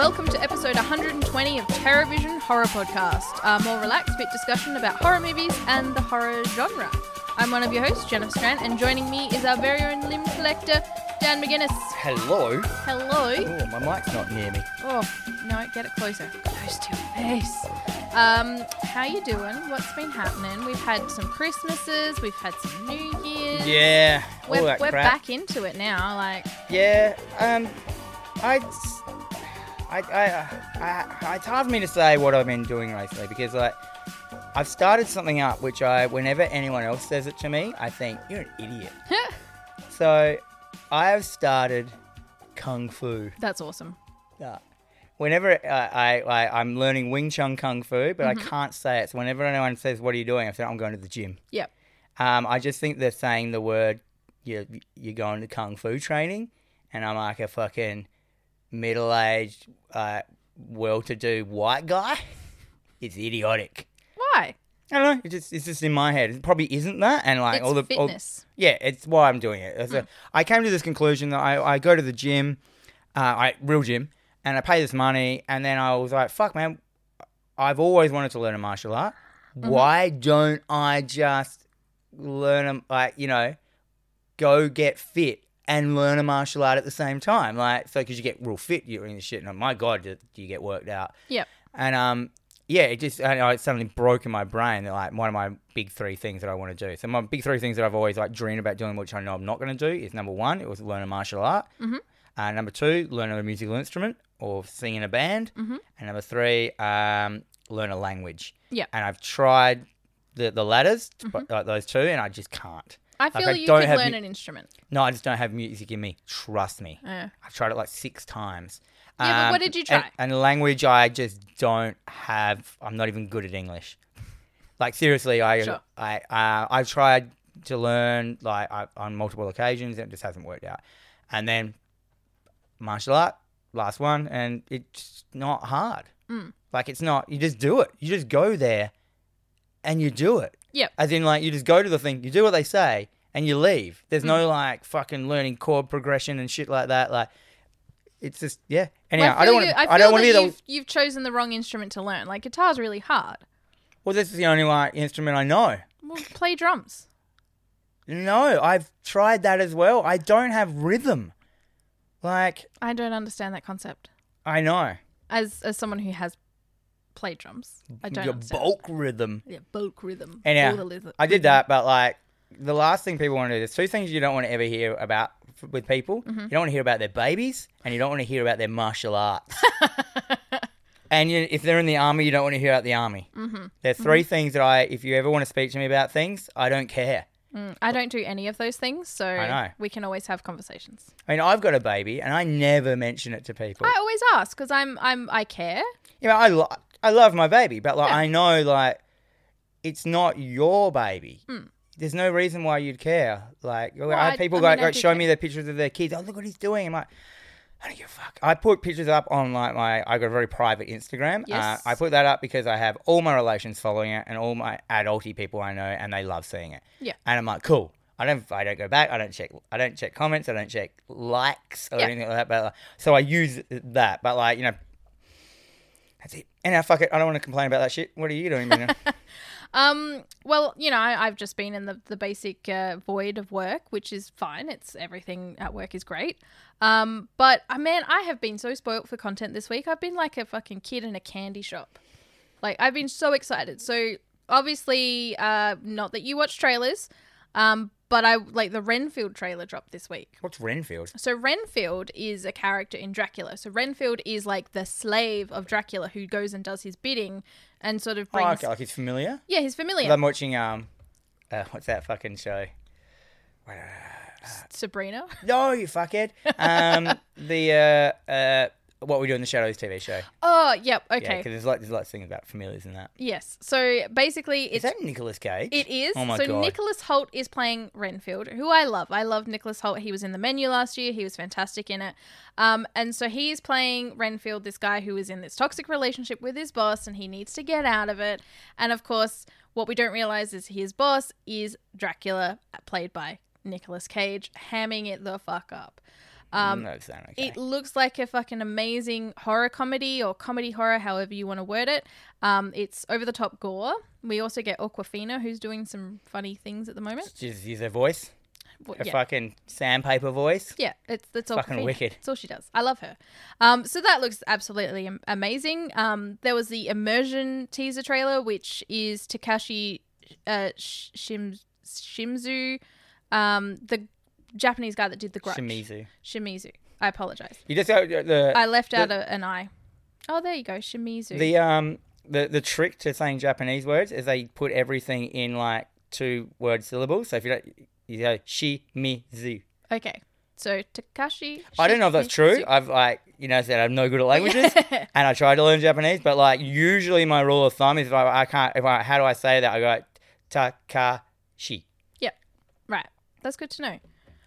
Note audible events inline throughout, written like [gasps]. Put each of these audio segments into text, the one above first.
episode 120 of TerrorVision Horror Podcast, a more relaxed bit discussion about horror movies and the horror genre. I'm one of your hosts, Jenna Strand, and joining me is our very own limb collector, Dan McGuinness. Hello. Hello. Oh, my mic's not near me. Oh, no, get it closer. Close to your face. Um, how you doing? What's been happening? We've had some Christmases, we've had some New Year's. Yeah. We're, all that we're crap. back into it now. Like, Yeah. Um, I, s- I, I, I, I- it's hard for me to say what I've been doing lately because like, I've started something up which I, whenever anyone else says it to me, I think you're an [laughs] idiot. so, I have started kung fu. that's awesome. Yeah. Whenever uh, I, I, I, I'm learning Wing Chun Kung Fu, but Mm-hmm. I can't say it. So whenever anyone says, "What are you doing?" I said, "I'm going to the gym." Yep. Um, I just think they're saying the word you're, you're going to kung fu training, and I'm like a fucking middle aged, uh, well to do white guy. [laughs] It's idiotic. Why? I don't know. It just, it's just in my head. It probably isn't that. And like It's all the all- fitness. yeah, it's why I'm doing it. It's a- I came to this conclusion that I, I go to the gym, uh, I real gym, and I pay this money, and then I was like, fuck, man, I've always wanted to learn a martial art. Why don't I just learn a like you know, go get fit and learn a martial art at the same time? Like, so because you get real fit during this shit, and my god, do do you get worked out? Yep. And um, yeah, it just I know it suddenly broke in my brain that like one of my big three things that I want to do. So my big three things that I've always like dreamed about doing, which I know I'm not going to do, is number one, it was learn a martial art. Mm-hmm. Uh, number two, learn a musical instrument or sing in a band. Mm-hmm. And number three, um, learn a language. Yeah. And I've tried the the ladders, but like those two, and I just can't. I feel I you don't could have learn mu- an instrument. No, I just don't have music in me. Trust me. Yeah. I've tried it like six times. Um, Yeah, but what did you and- try? And, language, I just don't have. I'm not even good at English. Like seriously, I Sure. I uh, I've tried to learn like I, on multiple occasions, and it just hasn't worked out. And then martial art, last one, and it's not hard. Mm. Like it's not. You just do it. You just go there, and you do it. Yep. As in, like, you just go to the thing, you do what they say, and you leave. There's Mm. no like fucking learning chord progression and shit like that. Like, it's just yeah. Anyhow, I, feel don't want. you- to. I, feel don't want to be that the. You've, you've chosen the wrong instrument to learn. Like guitar's really hard. Well, this is the only like instrument I know. [laughs] Well, play drums. No, I've tried that as well. I don't have rhythm. Like I don't understand that concept. I know As as someone who has played drums, I don't your understand. bulk rhythm. Yeah, bulk rhythm. Anyhow, Pluralism. uh, I did that, but like the last thing people want to do, there's two things you don't want to ever hear about f- with people. You don't want to hear about their babies, and you don't want to hear about their martial [laughs] arts. and you, if they're in the army, you don't want to hear about the army. Mm-hmm. There are 3 things that I, if you ever want to speak to me about things, I don't care. Mm, I don't do any of those things, so know. we can always have conversations. I mean, I've got a baby, and I never mention it to people. I always ask because I'm I'm I care. you know, I lo- I love my baby, but like Yeah. I know like it's not your baby. There's no reason why you'd care. Like I Hmm. I- have people I go mean, I like do show care. me their pictures of their kids. Oh look what he's doing. I'm like, I don't give a fuck. I put pictures up on like my I got a very private Instagram. Yes. Uh, I put that up because I have all my relations following it and all my adulty people I know and they love seeing it. Yeah. And I'm like, cool. I don't I don't go back. I don't check I don't check comments. I don't check likes or Yeah. anything like that. But like, so I use that. But like, you know, that's it. Anyhow, fuck it. I don't want to complain about that shit. What are you doing, Mina? [laughs] Um, well, you know, I, I've just been in the, the basic uh, void of work, which is fine. It's everything at work is great. Um, but uh, man, I have been so spoilt for content this week. I've been like a fucking kid in a candy shop. Like I've been so excited. So obviously, uh, not that you watch trailers, um, but I like the Renfield trailer dropped this week. What's Renfield? So Renfield is a character in Dracula. So Renfield is like the slave of Dracula who goes and does his bidding and sort of brings. Oh, okay. Like he's familiar. Yeah, he's familiar. I'm watching um, uh, what's that fucking show? Sabrina. [laughs] No, you fuckhead. Um, [laughs] the uh, uh, what we do in the shadows TV show. Oh, yep. Yeah, Okay. because there's like there's lots of things about familiars in that. yes. So basically, Is it's that Nicolas Cage? it is. Oh my so god. Nicholas Holt is playing Renfield, who I love. I love Nicholas Holt. He was in the menu last year. He was fantastic in it. Um, and so he is playing Renfield, this guy who is in this toxic relationship with his boss, and he needs to get out of it. And of course, what we don't realize is his boss is Dracula, played by Nicolas Cage, hamming it the fuck up. Um, no, it's not okay. it looks like a fucking amazing horror comedy or comedy horror, however you want to word it. Um, it's over the top gore. We also get Aquafina, who's doing some funny things at the moment. She's, she's her voice, Well, her yeah. fucking sandpaper voice. Yeah, it's that's all Fucking Aquafina. wicked. That's all she does. I love her. Um, so that looks absolutely am- amazing. Um, there was the immersion teaser trailer, which is Takashi uh, Sh- Shim- Shimzu, um, the Japanese guy that did the Grudge. Shimizu. Shimizu. I apologize. You just got the I left The- out a, an I. Oh, there you go, Shimizu. the um the the trick to saying Japanese words is they put everything in like two word syllables. So if you don't, you go shi mi zu. okay, so Takashi. I don't know if that's true. I've like you know said I'm no good at languages, [laughs] and I tried to learn Japanese, but like usually my rule of thumb is if I, I can't if I how do I say that I go takashi right, that's good to know.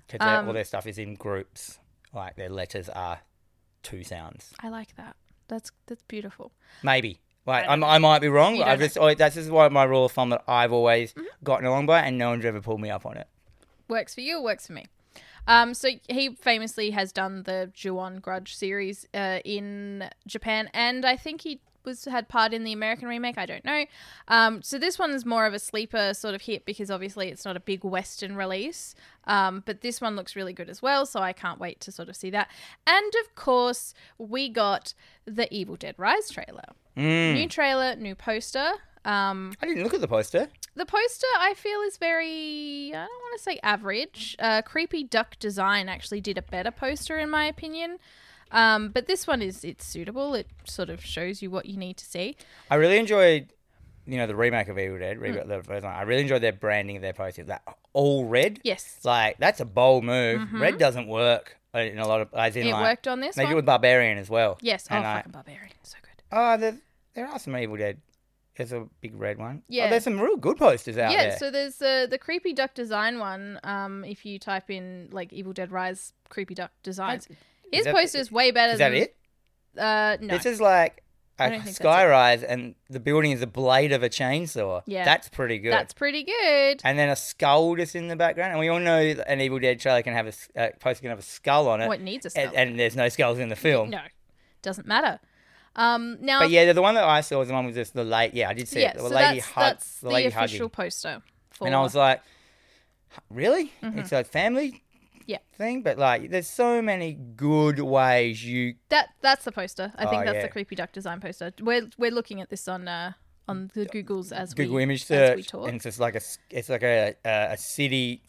because Um, all their stuff is in groups. Like their letters are two sounds. I like that. That's that's beautiful. Maybe. Like, I I, don't I might be wrong. You I don't know. Mm-hmm. just oh, that's just why my rule of thumb that I've always gotten along by, and no one's ever pulled me up on it. Works for you, works for me. Um, so he famously has done the Ju-on Grudge series uh, in Japan, and I think he was had part in the American remake. I don't know. Um, so this one's more of a sleeper sort of hit because obviously it's not a big Western release. Um, but this one looks really good as well, so I can't wait to sort of see that. And of course, we got the Evil Dead Rise trailer. Mm. New trailer, new poster. Um, I didn't look at the poster. the poster I feel is very I don't want to say average. Uh, Creepy Duck Design actually did a better poster in my opinion. Um, but this one is it's suitable. It sort of shows you what you need to see. I really enjoyed, you know, the remake of Evil Dead. Mm. Re- the first one. I really enjoyed their branding of their posters. That all red. Yes, Like that's a bold move. Red doesn't work in a lot of. As in, Mm-hmm. it like, worked on this They do one. it with Barbarian as well. yes, oh And I- fucking barbarian, so good. Oh, there, there are some Evil Dead. There's a big red one. Yeah. Yeah. there's some real good posters out yeah, there. so there's the the Creepy Duck Design one. Um, if you type in like Evil Dead Rise Creepy Duck Designs, his that- poster is way better. is that than, it? Uh, um, no, This is like I don't a think that's sky it. rise, and the building is the blade of a chainsaw. Yeah. that's pretty good. that's pretty good. and then a skull just in the background, and we all know that an Evil Dead trailer can have a s- uh, poster can have a skull on it. What needs a spell? uh, and, and there's no skulls in the film. No, doesn't matter. Um, now, But yeah, the- the one that I saw was the one with just the late. Yeah, I did see yeah, it. The so lady that's, hug- that's the the, lady official hugging, poster for. and I was like, really? It's a family. Mm-hmm. Yeah. Thing, but like, there's so many good ways you. that that's the poster. I think Oh, that's yeah. the creepy duck design poster. We're we're looking at this on uh, on the Googles as Google we image as we search, talk. and it's just like a, s- it's like a a, a city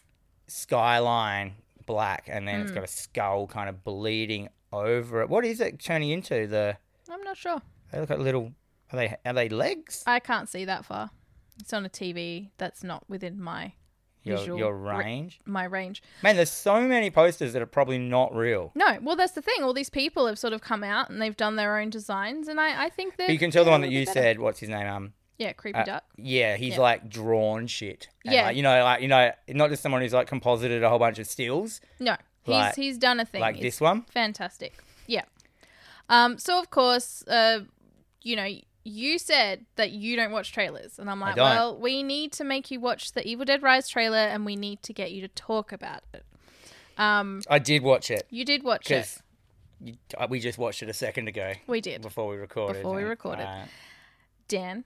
skyline black, and then Mm. it's got a skull kind of bleeding over it. What is it turning into? The I'm not sure. they look like little. Are they are they legs? I can't see that far. It's on a TV that's not within my Your, visual your ra- range. my range. Man, there's so many posters that are probably not real. No, well that's the thing. All these people have sort of come out and they've done their own designs, and I I think that But you can tell the one that you said, what's his name? Um, Yeah, creepy uh, duck. yeah, he's Yeah. like drawn shit. And, Yeah. like, you know, like you know, not just someone who's like composited a whole bunch of stills No, he's like- he's done a thing. like It's this one. Fantastic. Yeah. Um, so of course, uh, you know, you said that you don't watch trailers, and I'm like, don't. well, we need to make you watch the Evil Dead Rise trailer, and we need to get you to talk about it. Um, I did watch it you did watch it. because we just watched it a second ago We did. before we recorded. Before we and, recorded. uh, Dan,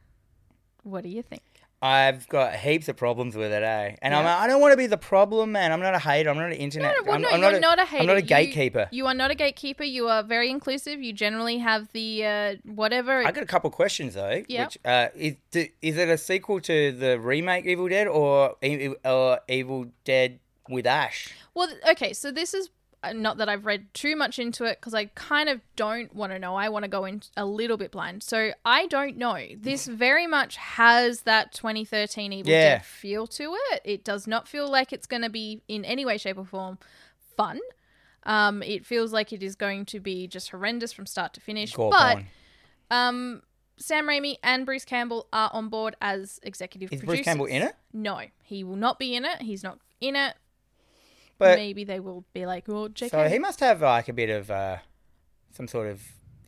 what do you think? I've got heaps of problems with it, eh? And I'm Yeah. like, I don't want to be the problem, man. I'm not a hater. I'm not an internet. No, well, I'm, no, I'm you're not a, not a I'm hater. not a You- gatekeeper. You are not a gatekeeper. You are very inclusive. You generally have the uh, whatever. I got a couple questions though. Yep. Which uh, is do, is it a sequel to the remake Evil Dead or E- or Evil Dead with Ash? Well, th- okay, so this is uh, not that I've read too much into it because I kind of don't want to know. I want to go in a little bit blind. So I don't know. This very much has that 2013 Evil Yeah. Dead feel to it. It does not feel like it's going to be in any way, shape, or form fun. Um, it feels like it is going to be just horrendous from start to finish. Gore but porn. um, Sam Raimi and Bruce Campbell are on board as executive Is producers. Bruce Campbell in it? No, he will not be in it. He's not in it But maybe they will be like, "Well, JK." so he must have like a bit of uh, some sort of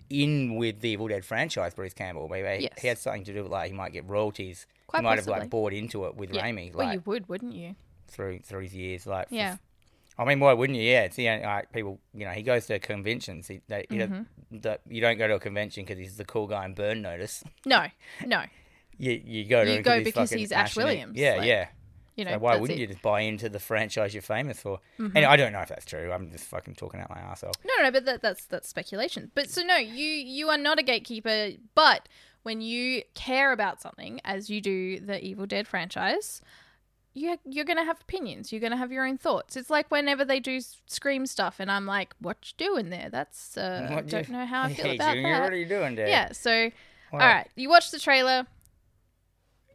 in with the Evil Dead franchise. Bruce Campbell, maybe he- Yes. he had something to do with like he might get royalties. Quite he might have possibly. like bought into it with Yeah. Raimi, like well, you would, wouldn't you? through through his years, like for- Yeah. I mean, why wouldn't you? Yeah, it's the only, like people. You know, he goes to conventions. He, they, he don't- Mm-hmm. the- you don't go to a convention because he's the cool guy in Burn Notice. No, no. You you go to You him go he's because fucking he's Ash passionate. Williams, Yeah, like, yeah. You know, So why that's wouldn't it. you just buy into the franchise you're famous for? And I don't know if that's true. I'm just fucking talking out my ass off. No, no, but that, that's that's speculation. But so no, you you are not a gatekeeper. But when you care about something, as you do the Evil Dead franchise, you you're gonna have opinions. You're gonna have your own thoughts. It's like whenever they do s- scream stuff, and I'm like, "What you doing there? That's uh, I [laughs] What don't you- know how I feel hey, about Junior, that." what are you doing, Dad? yeah. So Wow. all right, you watch the trailer.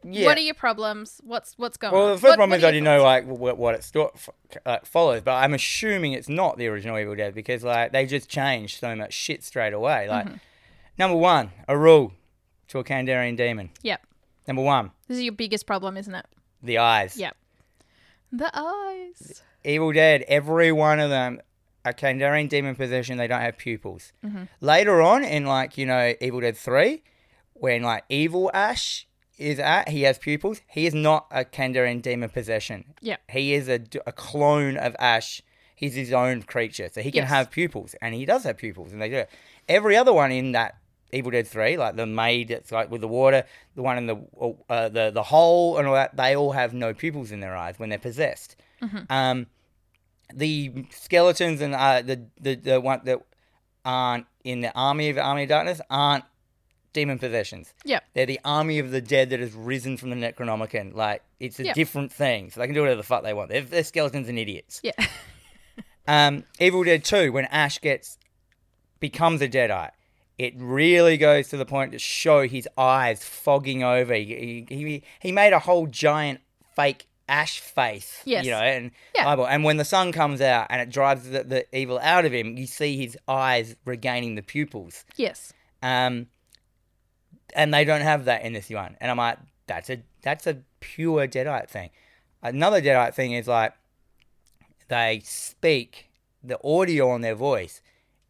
Yeah. What are your problems? What's what's going on? well, the first What- problem what is are I your didn't know like what, what it sto- f- uh, follows, but I'm assuming it's not the original Evil Dead because like they just changed so much shit straight away. Like Mm-hmm. number one, a rule to a Kandarian demon. thoughts? Yep. Number one, This is your biggest problem, isn't it? the eyes. Yep. The eyes. Evil Dead, every one of them, okay, they're in demon possession, they don't have pupils. Later on in like, you know, Evil Dead 3, when like evil Ash is at, he has pupils. He is not a Kandarian demon possession. Yeah. He is a, d- a clone of Ash. He's his own creature. So he can Yes. have pupils, and he does have pupils, and they do it. Every other one in that Evil Dead 3, like the maid that's like with the water, the one in the, uh, the, the hole, and all that, they all have no pupils in their eyes when they're possessed. Um, the skeletons and uh, the, the the one that aren't in the army of army of darkness aren't demon possessions. Yep. They're the army of the dead that has risen from the Necronomicon. Like it's a Yep. different thing, so they can do whatever the fuck they want. They're, they're skeletons and idiots. Yeah. [laughs] Um, Evil Dead Two, when Ash gets becomes a Deadeye, it really goes to the point to show his eyes fogging over. He he, he- he made a whole giant fake ash face, Yes. you know, and Yeah. eyeball. And when the sun comes out and it drives the, the evil out of him, you see his eyes regaining the pupils. yes. Um, and they don't have that in this one. And I'm like, that's a that's a pure Deadite thing. Another Deadite thing is like they speak. The audio on their voice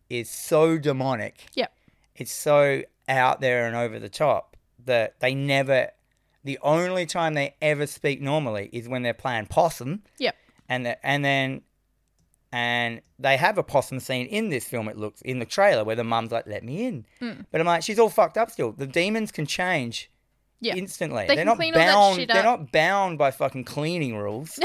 is so demonic. Yep. It's so out there and over the top that they never. The only time they ever speak normally is when they're playing possum Yep. and the, and then and they have a possum scene in this film. It looks in the trailer where the mum's like, "Let me in," Hmm. but I'm like, "She's all fucked up still." The demons can change Yeah. instantly. They are can not clean all that bound. shit they're up. not bound by fucking cleaning rules.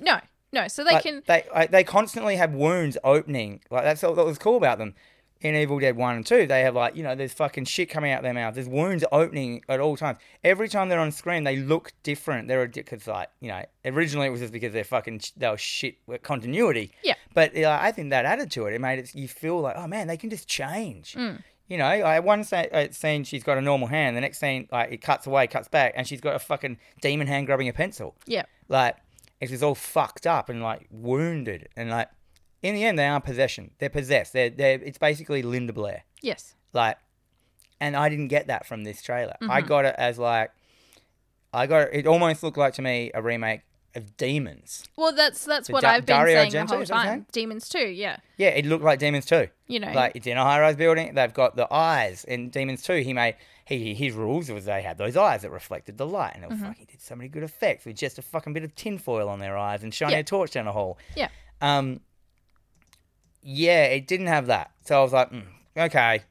No. No. So they Like, can. They like, they constantly have wounds opening. Like that's all that was cool about them. In Evil Dead One and Two, they have like you know there's fucking shit coming out their mouth. There's wounds opening at all times. Every time they're on screen, they look different. They're because like you know originally it was just because they're fucking sh- they were shit with continuity. Yeah. But you know, I think that added to it. It made it you feel like oh man they can just change. Mm. You know, I one sa- uh, scene she's got a normal hand. The next scene like it cuts away, cuts back, and she's got a fucking demon hand grabbing a pencil Yeah. like it was all fucked up and like wounded and like in the end they are possession they're possessed they're, they're it's basically linda blair Yes. like and i didn't get that from this trailer i got it as like i got it, it almost looked like to me a remake of demons Well, that's that's The what Da- I've been Dario saying Argento, the whole is that his time. name? Demons too. Yeah. yeah it looked like demons too You know. like it's in a high-rise building they've got the eyes in demons too he made he his rules was they had those eyes that reflected the light and it was Mm-hmm. like he did so many good effects with just a fucking bit of tinfoil on their eyes and shining Yeah. a torch down a hole yeah. Um, yeah, it didn't have that, so I was like, mm, okay,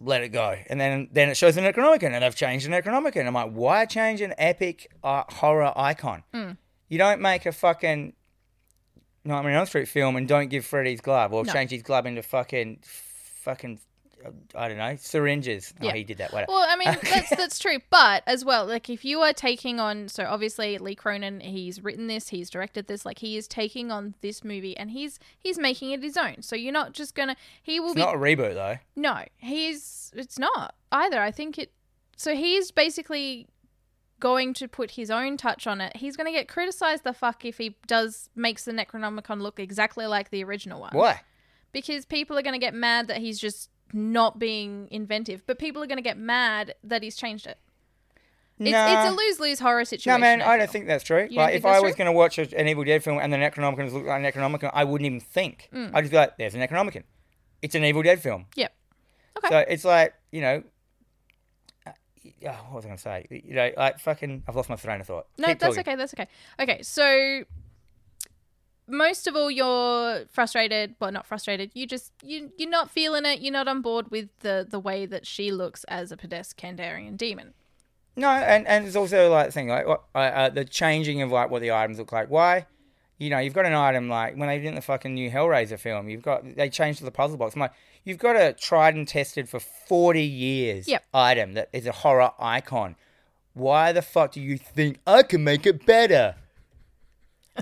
let it go. And then then it shows the Necronomicon, and they've changed the Necronomicon. I'm like, why change an epic uh, horror icon? Hmm. You don't make a fucking Nightmare on Elm Street film and don't give Freddy's glove or No. change his glove into fucking fucking uh, I don't know syringes. Yeah. Oh, he did that. Whatever. Well, I [laughs] mean that's that's true, but as well, like if you are taking on, so obviously Lee Cronin, he's written this, he's directed this, like he is taking on this movie, and he's he's making it his own. So you're not just gonna he will it's be not a reboot though. No, he's it's not either. I think it so he's basically going to put his own touch on it. He's going to get criticized the fuck if he does makes the Necronomicon look exactly like the original one. Why? Because people are going to get mad that he's just not being inventive, but people are going to get mad that he's changed it. It's, it's a lose-lose horror situation. No, man, I, don't feel. think that's true. don't like, think if I that's was true? going to watch a- an Evil Dead film and the Necronomicon looked like an Necronomicon, I wouldn't even think. I'd just be like, there's a Necronomicon. It's an Evil Dead film. Mm. Yep. Okay. So it's like, you know, uh, oh, what was I going to say? You know, like fucking, I've lost my train of thought. No, Keep that's talking. okay. That's okay. Okay, so most of all you're frustrated well not frustrated you just you you're not feeling it you're not on board with the the way that she looks as a Pandarian demon No, and, and it's also like the thing like what- uh, uh, the changing of like what the items look like. Why? You know, you've got an item like when they did the fucking new Hellraiser film, you've got they changed to the puzzle box. I'm like, you've got a tried and tested for forty years Yep. item that is a horror icon. Why the fuck do you think I can make it better?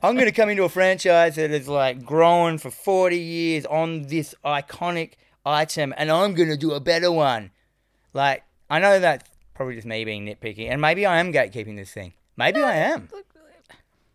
I'm going to come into a franchise that is like growing for 40 years on this iconic item and I'm going to do a better one. Like, I know that's probably just me being nitpicky and maybe I am gatekeeping this thing. Maybe I am. Look,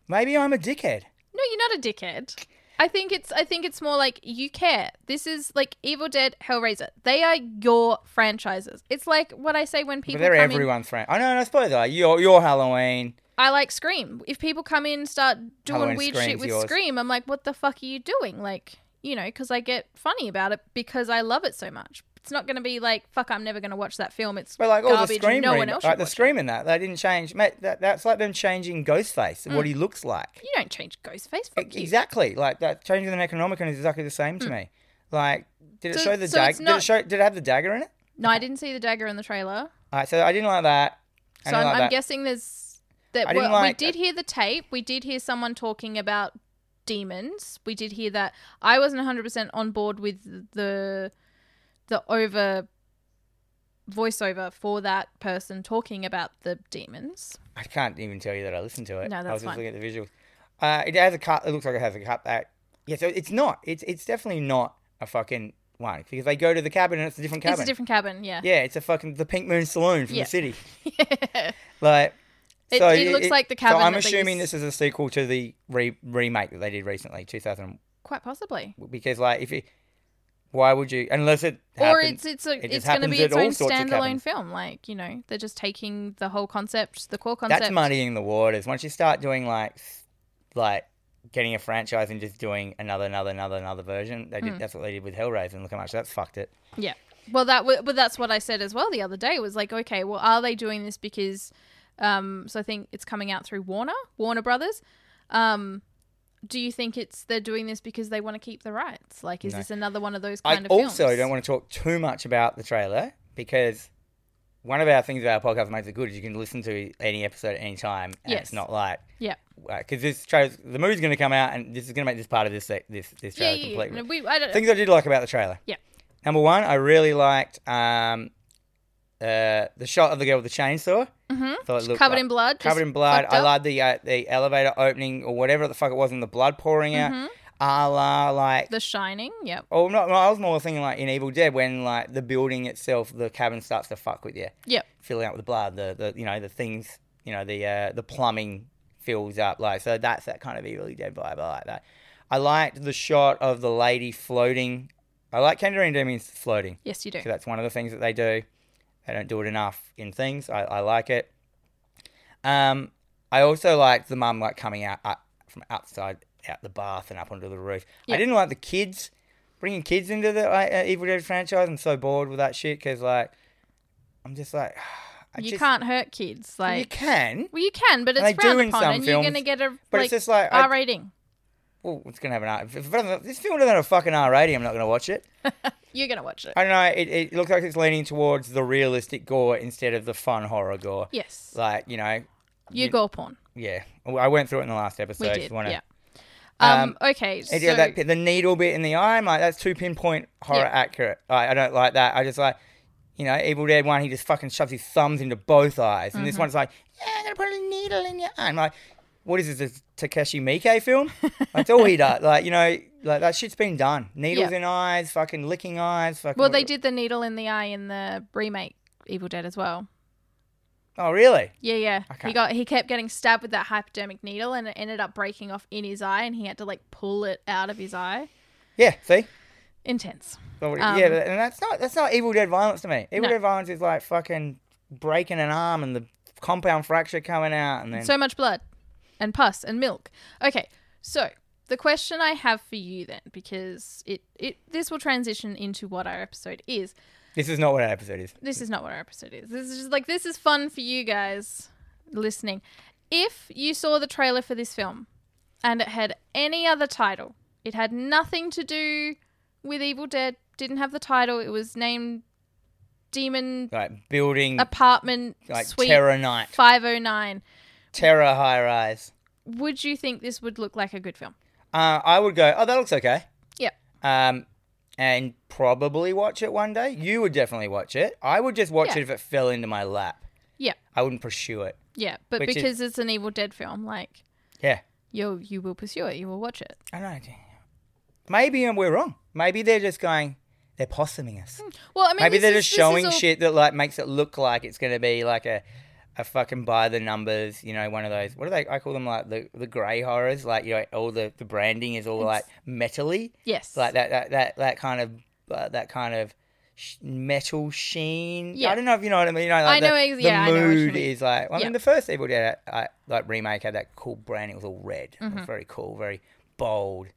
Maybe I'm a dickhead. no you're not a dickhead I think it's I think it's more like you care this is like Evil Dead Hellraiser they are your franchises it's like what I say when But people they're come in everyone's friend. I know, and I suppose like your, your Halloween. I like Scream. If people come in and start doing Halloween weird Scream's shit with yours. Scream, I'm like, what the fuck are you doing? Like, you know, because I get funny about it because I love it so much. It's not going to be like, fuck, I'm never going to watch that film. It's But like all garbage. the scream, no rem- one else like should the watch it. scream in that, they didn't change. Mate, that, that's like them changing Ghostface Mm. and what he looks like. E, You don't change Ghostface. Fuck you. Exactly. Like that changing the Necronomicon is exactly the same to me. Like, did Mm. it So- show the so it's dagger? Did it not- show? Did it have the dagger in it? No, I didn't see the dagger in the trailer, All right, so I didn't like that. I so didn't I'm, like I'm that. guessing there's that. I didn't Well, like- we did hear the tape. We did hear someone talking about demons. We did hear that. I wasn't 100 percent on board with the the over voiceover for that person talking about the demons. I can't even tell you that I listened to it. No, I was that's just fine. looking at the visuals. Uh, it has a cut. It looks like it has a cut back. Yeah, so it's not. It's it's definitely not a fucking one because they go to the cabin and it's a different cabin. It's a different cabin. Yeah. yeah, it's a fucking the Pink Moon Saloon from Yeah. the city. Yeah. Like, [laughs] It- so it looks like the cabin So I'm that they assuming used- this is a sequel to the re- remake that they did recently, 2000. Quite possibly. Because like, if it, why would you? Unless it or happens- it's it's a, just it's going to happens be at its all own sorts of standalone cabins. film. Like you know, they're just taking the whole concept, the core concept. that's muddying the waters. Once you start doing like, s- like getting a franchise and just doing another, another, another, another version, they Hmm. did, that's what they did with Hellraiser. And look how much that's fucked it. Yeah. Well, that w- but that's what I said as well the other day was like, okay, well, are they doing this because? Um, so I think it's coming out through Warner, Warner Brothers. Um, do you think it's they're doing this because they want to keep the rights? Like, is No. this another one of those I kind of also films? don't want to talk too much about the trailer because one of our things about our podcast that makes it good is you can listen to any episode at any time, and it's Yes. not like Yeah, because this trailer, the movie's going to come out, and this is going to make this part of this sec- this this yeah, trailer yeah. yeah. completely. No, we, I don't, Things I did like about the trailer. Yeah. Number one, I really liked um, uh, the shot of the girl with the chainsaw. Mhm. Thought it looked covered like- in blood. just covered in blood. fucked I up. loved the uh, the elevator opening or whatever the fuck it was, and the blood pouring out. Mm-hmm. A la like. The Shining. Yep. Oh, no, no, I was more thinking like in Evil Dead when like the building itself, the cabin starts to fuck with you, Yep. filling up with the blood. The, the you know the things, you know the uh, the plumbing fills up like so. That's that kind of Evil Dead vibe. I like that. I liked the shot of the lady floating. I like Kendrick Demons floating. Yes, you do. So that's one of the things that they do. They don't do it enough in things. I, I like it. Um, I also liked the mum like coming out up, from outside out the bath and up onto the roof. I Yeah. didn't like the kids bringing kids into the like, uh, Evil Dead franchise. I'm so bored with that shit because like I'm just like [sighs] I you just- can't hurt kids. Like you can, Well, you can, but it's And they do frowned in upon, some and films, you're going to get a but like, it's just like I, R rating. well, it's gonna have an R. If, if, if this film doesn't have a fucking R rating, I'm not gonna watch it. You're going to watch it. I don't know. It, it looks like it's leaning towards the realistic gore instead of the fun horror gore. yes. Like you know, You, you- gore porn. Yeah, Well, I went through it in the last episode. We if did. you wanna- Yeah. Um, Um, okay. And So, yeah, that, the needle bit in the eye, I'm like, that's too pinpoint horror Yeah. accurate. I, I don't like that. I just like, you know, Evil Dead one, he just fucking shoves his thumbs into both eyes, and this Mm-hmm. one's like, yeah, I'm gonna put a needle in your eye. I'm like, what is this, a Takeshi [laughs] Miike film? that's all he does. Like, you know, like that shit's been done. Needles Yeah. in eyes, fucking licking eyes. Fucking well, they did the needle in the eye in the remake Evil Dead as well. Oh, really? Yeah, yeah. Okay. He got he kept getting stabbed with that hypodermic needle, and it ended up breaking off in his eye, and he had to like pull it out of his eye. Yeah. See. Intense. So, Um, yeah, and that's not that's not Evil Dead violence to me. Evil No. Dead violence is like fucking breaking an arm and the compound fracture coming out, and then So much blood, and pus, and milk. Okay, so the question I have for you then, because it it this will transition into what our episode is. this is not what our episode is. this is not what our episode is. This is just like this is fun for you guys listening. If you saw the trailer for this film and it had any other title. It had nothing to do with Evil Dead. Didn't have the title. It was named Demon Like building Apartment like Suite Terror Night, 509. Terror High Rise. Would you think this would look like a good film? Uh, I would go. Oh, that looks okay. Yep. Um, and probably watch it one day. You would definitely watch it. I would just watch Yeah. it if it fell into my lap. Yeah. I wouldn't pursue it. Yeah, but Which is- because it's an Evil Dead film, like Yeah. you you will pursue it, you will watch it. I don't know. Maybe uh, we're wrong. Maybe they're just going. They're possuming us. Well, I mean, Maybe this they're is- this just is showing all- shit that like makes it look like it's gonna be like a, a fucking by the numbers, you know, one of those. What do they? I call them like the the grey horrors. Like you know, all the the branding is all like metally, Yes, like that that that that kind of uh, that kind of sh- metal sheen. Yeah. I don't know if you know what I mean. You know, like I the, know ex- the yeah, I know what you mood mean. is like. I Yeah. mean, the first Evil Dead, I, like remake had that cool branding. It was all red. It Mm-hmm. was very cool, very bold,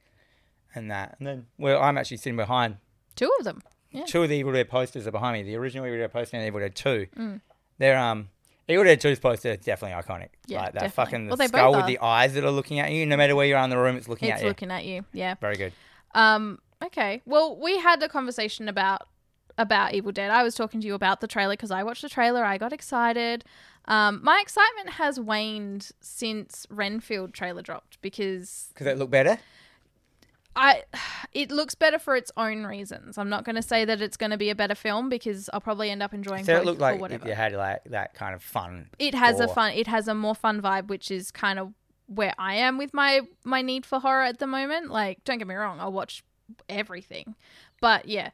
and that. And then, well, I'm actually sitting behind two of them. Yeah. two of the Evil Dead posters are behind me. The original Evil Dead poster and Evil Dead Two. Mm. They're um Evil Dead 2's poster is definitely iconic. Yeah, like that definitely. fucking the Well, they skull both with are. the eyes that are looking at you. No matter where you are in the room, it's looking It's at you. looking at you. Yeah. Very good. Um. Okay. Well, we had a conversation about about Evil Dead. I was talking to you about the trailer because I watched the trailer. I got excited. Um, my excitement has waned since Renfield trailer dropped because Because it looked better. I [sighs] it looks better for its own reasons. I'm not going to say that it's going to be a better film because I'll probably end up enjoying So both it looked or like whatever. it, it had like that kind of fun. it has a gore. fun it has a more fun vibe which is kind of where i am with my my need for horror at the moment like don't get me wrong i'll watch everything but yeah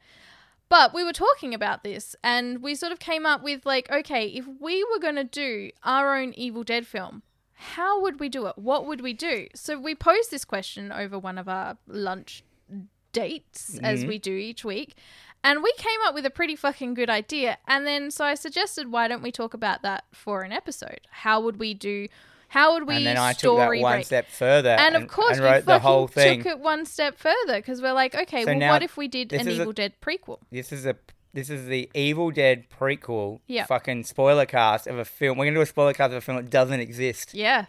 but we were talking about this and we sort of came up with like okay if we were going to do our own evil dead film how would we do it what would we do so we posed this question over one of our lunch dates as we do each week. And we came up with a pretty fucking good idea. And then so I suggested why don't we talk about that for an episode? How would we do how would we And then I took that story one break? step further. and, of course and we wrote fucking the whole thing. took it one step further because we're like, okay, So well now what if we did this an is a- Evil Dead prequel? This is a this is the Evil Dead prequel Yeah. fucking spoiler cast of a film. We're gonna do a spoiler cast of a film that doesn't exist. Yeah.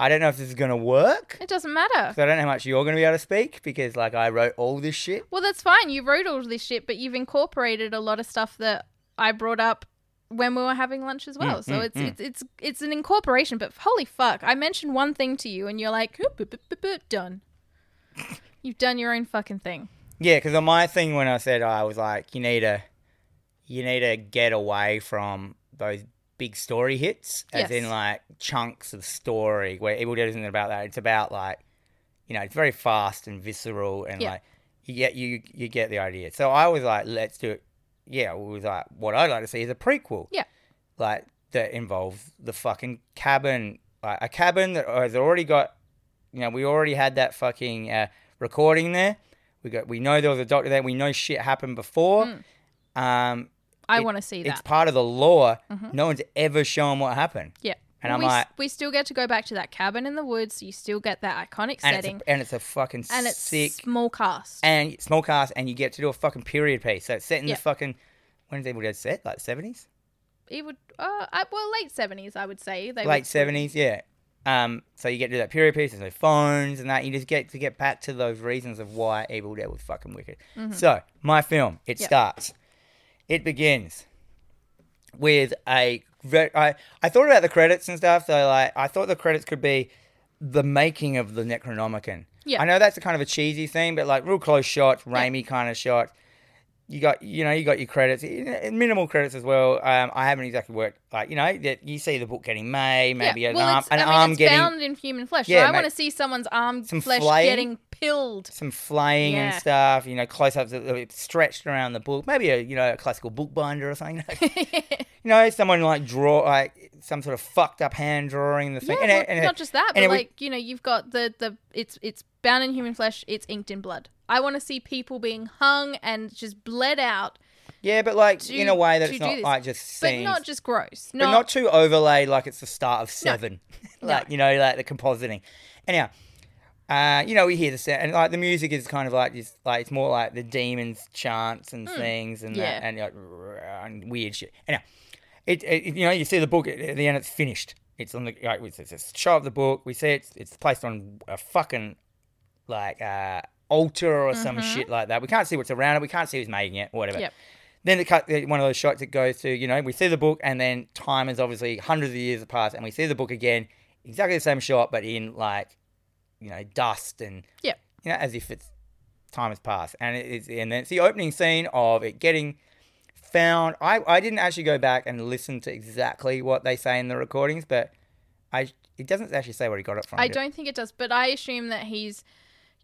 I don't know if this is gonna work. It doesn't matter. So I don't know how much you're going to be able to speak because, like, I wrote all this shit. Well, that's fine. You wrote all this shit, but you've incorporated a lot of stuff that I brought up when we were having lunch Mm, as well. so it's, it's it's it's an incorporation. But holy fuck, I mentioned one thing to you, and you're like, "Oop, boop, boop, boop, boop, done. You've done your own fucking thing. Yeah, because on my thing when I said "Oh, I was like, you need to, you need to get away from those big story hits, as Yes. in like chunks of story where Evil Dead isn't about that. It's about like, you know, it's very fast and visceral, and Yeah. like you get you you get the idea. So I was like, let's do it. Yeah, it was like what I'd like to see is a prequel. Yeah. like that involves the fucking cabin, like a cabin that has already got you know, we already had that fucking uh, recording there. We got, we know there was a doctor there. We know shit happened before. Um, I It- want to Mm. see it's that. Mm-hmm. part of the lore. No one's ever shown what happened, Yeah. and I'm we, s- like- we still get to go back to that cabin in the woods. You still get that iconic and setting, it's a, and it's a fucking and it's sick small cast. and small cast, and you get to do a fucking period piece. So it's set in Yeah. the fucking when is Evil Dead set? Like seventies, it would, uh, I, well, late seventies, I would say. They late would- seventies, yeah. Um, so you get to do that period piece. There's no phones and that. You just get to get back to those reasons of why Evil Dead was fucking wicked. So my film, it Mm-hmm. Yeah. starts. It begins. with a ve- I, I thought about the credits and stuff so like i thought the credits could be the making of the necronomicon Yeah. i know that's a kind of a cheesy thing but like real close shots Raimi kind of shots you got you know you got your credits you know, minimal credits as well um, i haven't exactly worked like you know that you see the book getting made maybe yeah. an well, arm, it's, an I mean, arm it's getting bound in human flesh. so Yeah, I mate. want to see someone's arm Some flesh flaying. getting pilled. [laughs] some flaying Yeah. and stuff you know close-ups that are stretched around the book maybe a you know a classical bookbinder or something [laughs] you know, someone like draw like some sort of fucked up hand drawing the Yeah, thing. and well, it- and it- not just that, but and it was- like you know, you've got the the it's it's bound in human flesh. It's inked in blood. I want to see people being hung and just bled out, yeah, but like to- in a way to that's do not this. like just but scenes, not just gross. but Not, not too overlaid like it's the start of seven, [laughs] like you know, like the compositing. Anyhow, uh, you know, we hear the sound, and like the music is kind of like just like it's more like the demons chants and things and Hmm. Yeah. that, [laughs] and like and weird shit. Anyhow, it, it you know you see the book at the end, it's finished. It's on the like it's, it's a show of the book. We see it's it's placed on a fucking like uh, altar or some shit like that. We can't see what's around it. We can't see who's making it. Whatever. Mm-hmm. Yep. Then it cut one of those shots that goes to you know we see the book and then time is obviously hundreds of years have passed and we see the book again exactly the same shot but in like you know dust and Yep. you know, as if it's time has passed. And it is, and then it's the opening scene of it getting found. I, I didn't actually go back and listen to exactly what they say in the recordings, but I it doesn't actually say where he got it from. I does it? don't think it does, but I assume that he's,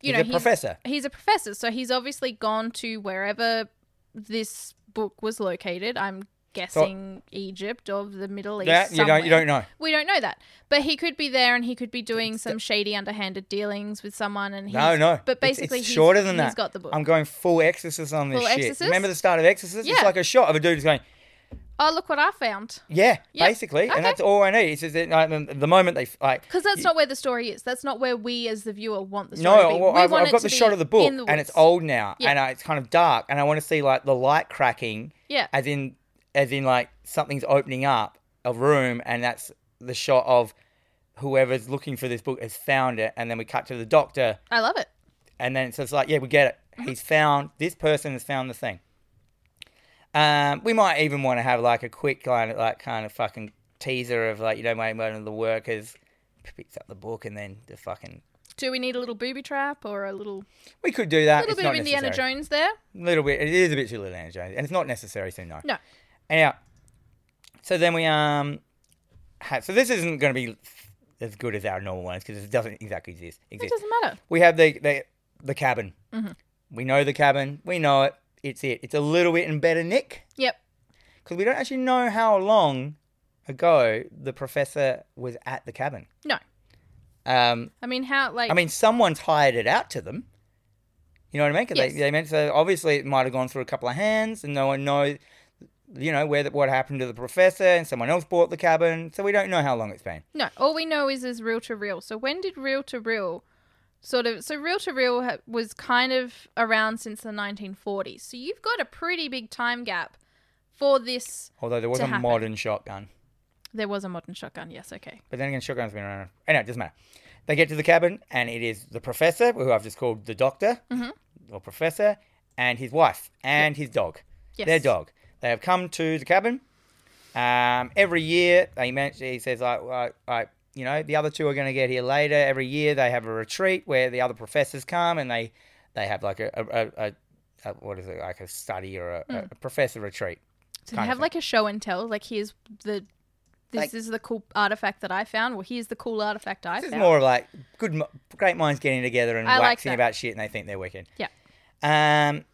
you He's know, a professor. He's a professor, so he's obviously gone to wherever this book was located. I'm guessing Egypt or the Middle East. That you don't somewhere. you don't know. We don't know that, but he could be there, and he could be doing some shady, underhanded dealings with someone. And he's, No, no. But It's- it's basically, he's- shorter than that. He's got the book. I'm going full exorcist on this Full shit. Exorcist? Remember the start of Exorcist? It's Yeah. like a shot of a dude who's going, oh, look what I found. yeah, Yep. basically, Okay. and that's all I need. It's just that, like, the the moment they like Because that's not where the story is. That's not where we, as the viewer, want the story. No, to be. well, we I've, want I've it got to the be shot of the book, in the and it's woods. old now, Yeah. and uh, it's kind of dark, and I want to see like the light cracking, Yeah. as in, as in like something's opening up a room, and that's the shot of whoever's looking for this book has found it, and then we cut to the doctor, I love it. and then it's just like, yeah, we get it. Mm-hmm. He's found this person has found the thing. Um, we might even want to have like a quick kind of like kind of fucking teaser of like you know maybe one of the workers picks up the book and then the fucking Do we need a little booby trap or a little we could do that. little It's bit not of Indiana necessary. Jones there? little bit. It is a bit too little Indiana Jones, and it's not necessary to know. No. Anyhow, so then we um, ha so this isn't going to be as good as our normal ones because it doesn't exactly exist. It Mm-hmm. exist. doesn't matter. We have the the the cabin. We know the cabin. We know it. It's it. It's a little bit in better nick Yep. because we don't actually know how long ago the professor was at the cabin. No. Um, I mean, how like I mean, someone's hired it out to them. You know what I mean? 'Cause Yes. they, they meant so. Obviously, it might have gone through a couple of hands, and no one knows, you know, where the, what happened to the professor, and someone else bought the cabin, so we don't know how long it's been. no. All we know is is real to real. So when did real to real sort of so real to real ha- was kind of around since the 1940s. So you've got a pretty big time gap for this. Although there was To a happen. modern shotgun, There was a modern shotgun. Yes. Okay. but then again, shotguns been around. Anyway, it doesn't matter. They get to the cabin, and it is the professor, who I've just called the doctor Mm-hmm. or professor, and his wife and his dog. Yes. their dog. They have come to the cabin. Um, every year, they mention, he says, like, like, like, you know, the other two are going to get here later. Every year, they have a retreat where the other professors come and they, they have like a, a, a, a, a what is it, like a study or a, Hmm. a professor retreat. So they kind of have thing. like a show and tell. Like here's the. This Like- is the cool artifact that I found. Well, here's the cool artifact I This is found. more of like good, mi- great minds getting together and I like waxing that. about shit, and they think they're wicked. Yeah. Um,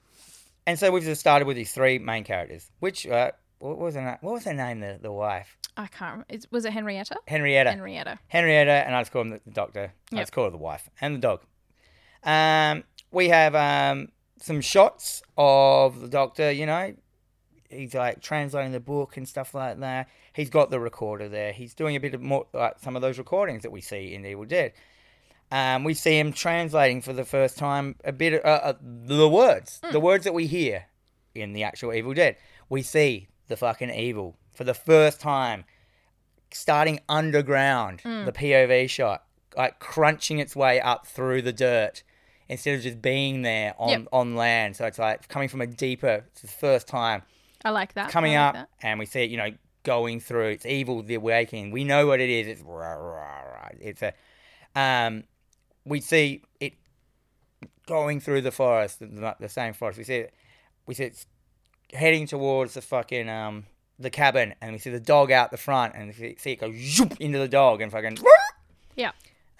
and so we've just started with these three main characters, which uh, what was her, na- what was her name? The the wife I can't. Remember. It's, was it Henrietta? Henrietta. Henrietta. Henrietta, and I just call him the, the doctor. I Yep. just call her the wife and the dog. Um, we have um, some shots of the doctor. You know, he's like translating the book and stuff like that. He's got the recorder there. He's doing a bit of more like some of those recordings that we see in Evil Dead. Um, we see him translating for the first time a bit of uh, uh, the words, the words that we hear in the actual Evil Dead. We see the fucking evil for the first time starting underground, the POV shot, like crunching its way up through the dirt instead of just being there on, Yep. on land. So it's like coming from a deeper, it's the first time I like that. coming I like up, that. and we see it, you know, going through. It's evil, the awakening. We know what it is. It's rah, rah, rah. It's a, um, we see it going through the forest, the, the same forest. We see it, we see it's heading towards the fucking um the cabin, and we see the dog out the front, and we see- see it go zoop into the dog, and fucking, Yeah.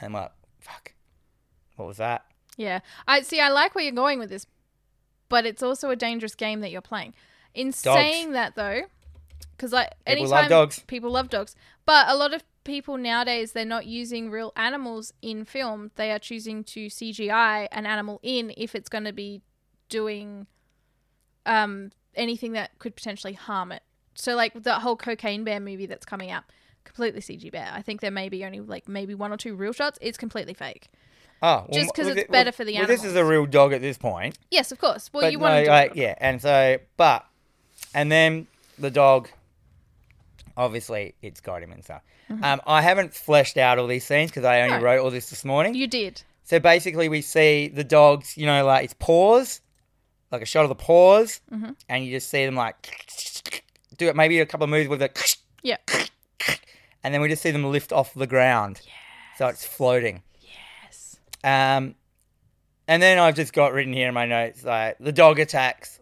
and I'm like, fuck, what was that? Yeah. I see I like where you're going with this, but it's also a dangerous game that you're playing. In saying that though, cuz like People love anytime dogs. people love dogs, but a lot of people nowadays they're not using real animals in film. They are choosing to CGI an animal in if it's going to be doing um anything that could potentially harm it. So like the whole cocaine bear movie that's coming out, completely CG bear. I think there may be only like maybe one or two real shots. It's completely fake. Oh, well, Just 'cause well, it's thi- well, better for the well, This is a real dog at this point. Yes, of course. Well, but you no, want to do like it. yeah, and so but and then the dog obviously it's got him and stuff. Um, I haven't fleshed out all these scenes because I only Mm-hmm. No. wrote all this this morning. You did. So basically, we see the dogs, you know, like its paws, like a shot of the paws, Mm-hmm. and you just see them like do it maybe a couple of moves with it, Yeah. and then we just see them lift off the ground. So it's floating. Yes. Um, and then I've just got written here in my notes like the dog attacks.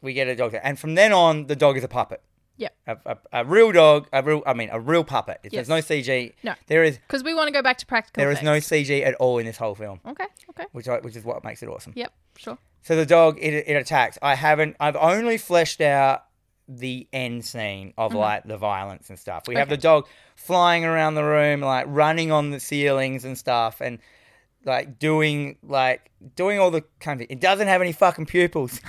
We get a dog, attack. and from then on, the dog is a puppet. Yep. A, a, a real dog, a real, I mean, a real puppet. If There's Yes. no CG. No. There is Because we want to go back to practical. there is no CG at all in this whole film, no. Okay. Okay. which I, which is what makes it awesome. Yep. Sure. So the dog it, it attacks. I haven't. I've only fleshed out the end scene of like the violence and stuff. We have Mm-hmm. Okay. the dog flying around the room, like running on the ceilings and stuff, and like doing like doing all the kind of. It doesn't have any [laughs] fucking pupils.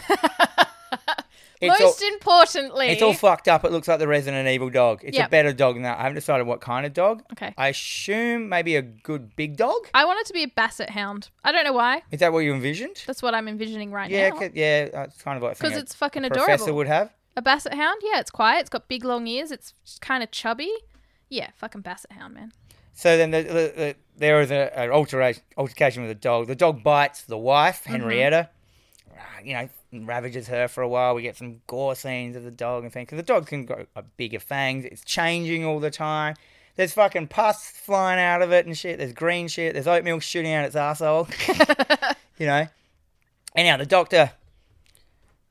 it's all, Most importantly. it's all fucked up. It looks like the Resident Evil dog. It's a Yep. better dog than that. I haven't decided what kind of dog. okay. I-, I assume maybe a good big dog. want it to be a basset hound. I don't know why. Is that what you envisioned? That's what I'm envisioning right Yeah, now. 'cause- yeah, that's kind of what I think Because a it's fucking professor adorable. would have. A basset hound? Yeah, it's quiet. It's got big long ears. It's kind of chubby. Yeah, fucking basset hound, [laughs] man. So then the, the, the, there is a, an alteration, altercation with the dog. The dog bites the wife, Henrietta. Ah, You know, ravages her for a while. We get some gore scenes of the dog and things. Because the dog can grow a bigger fangs. It's changing all the time. There's fucking pus flying out of it and shit. There's green shit. There's oatmeal shooting out its asshole. you know. Anyhow, the doctor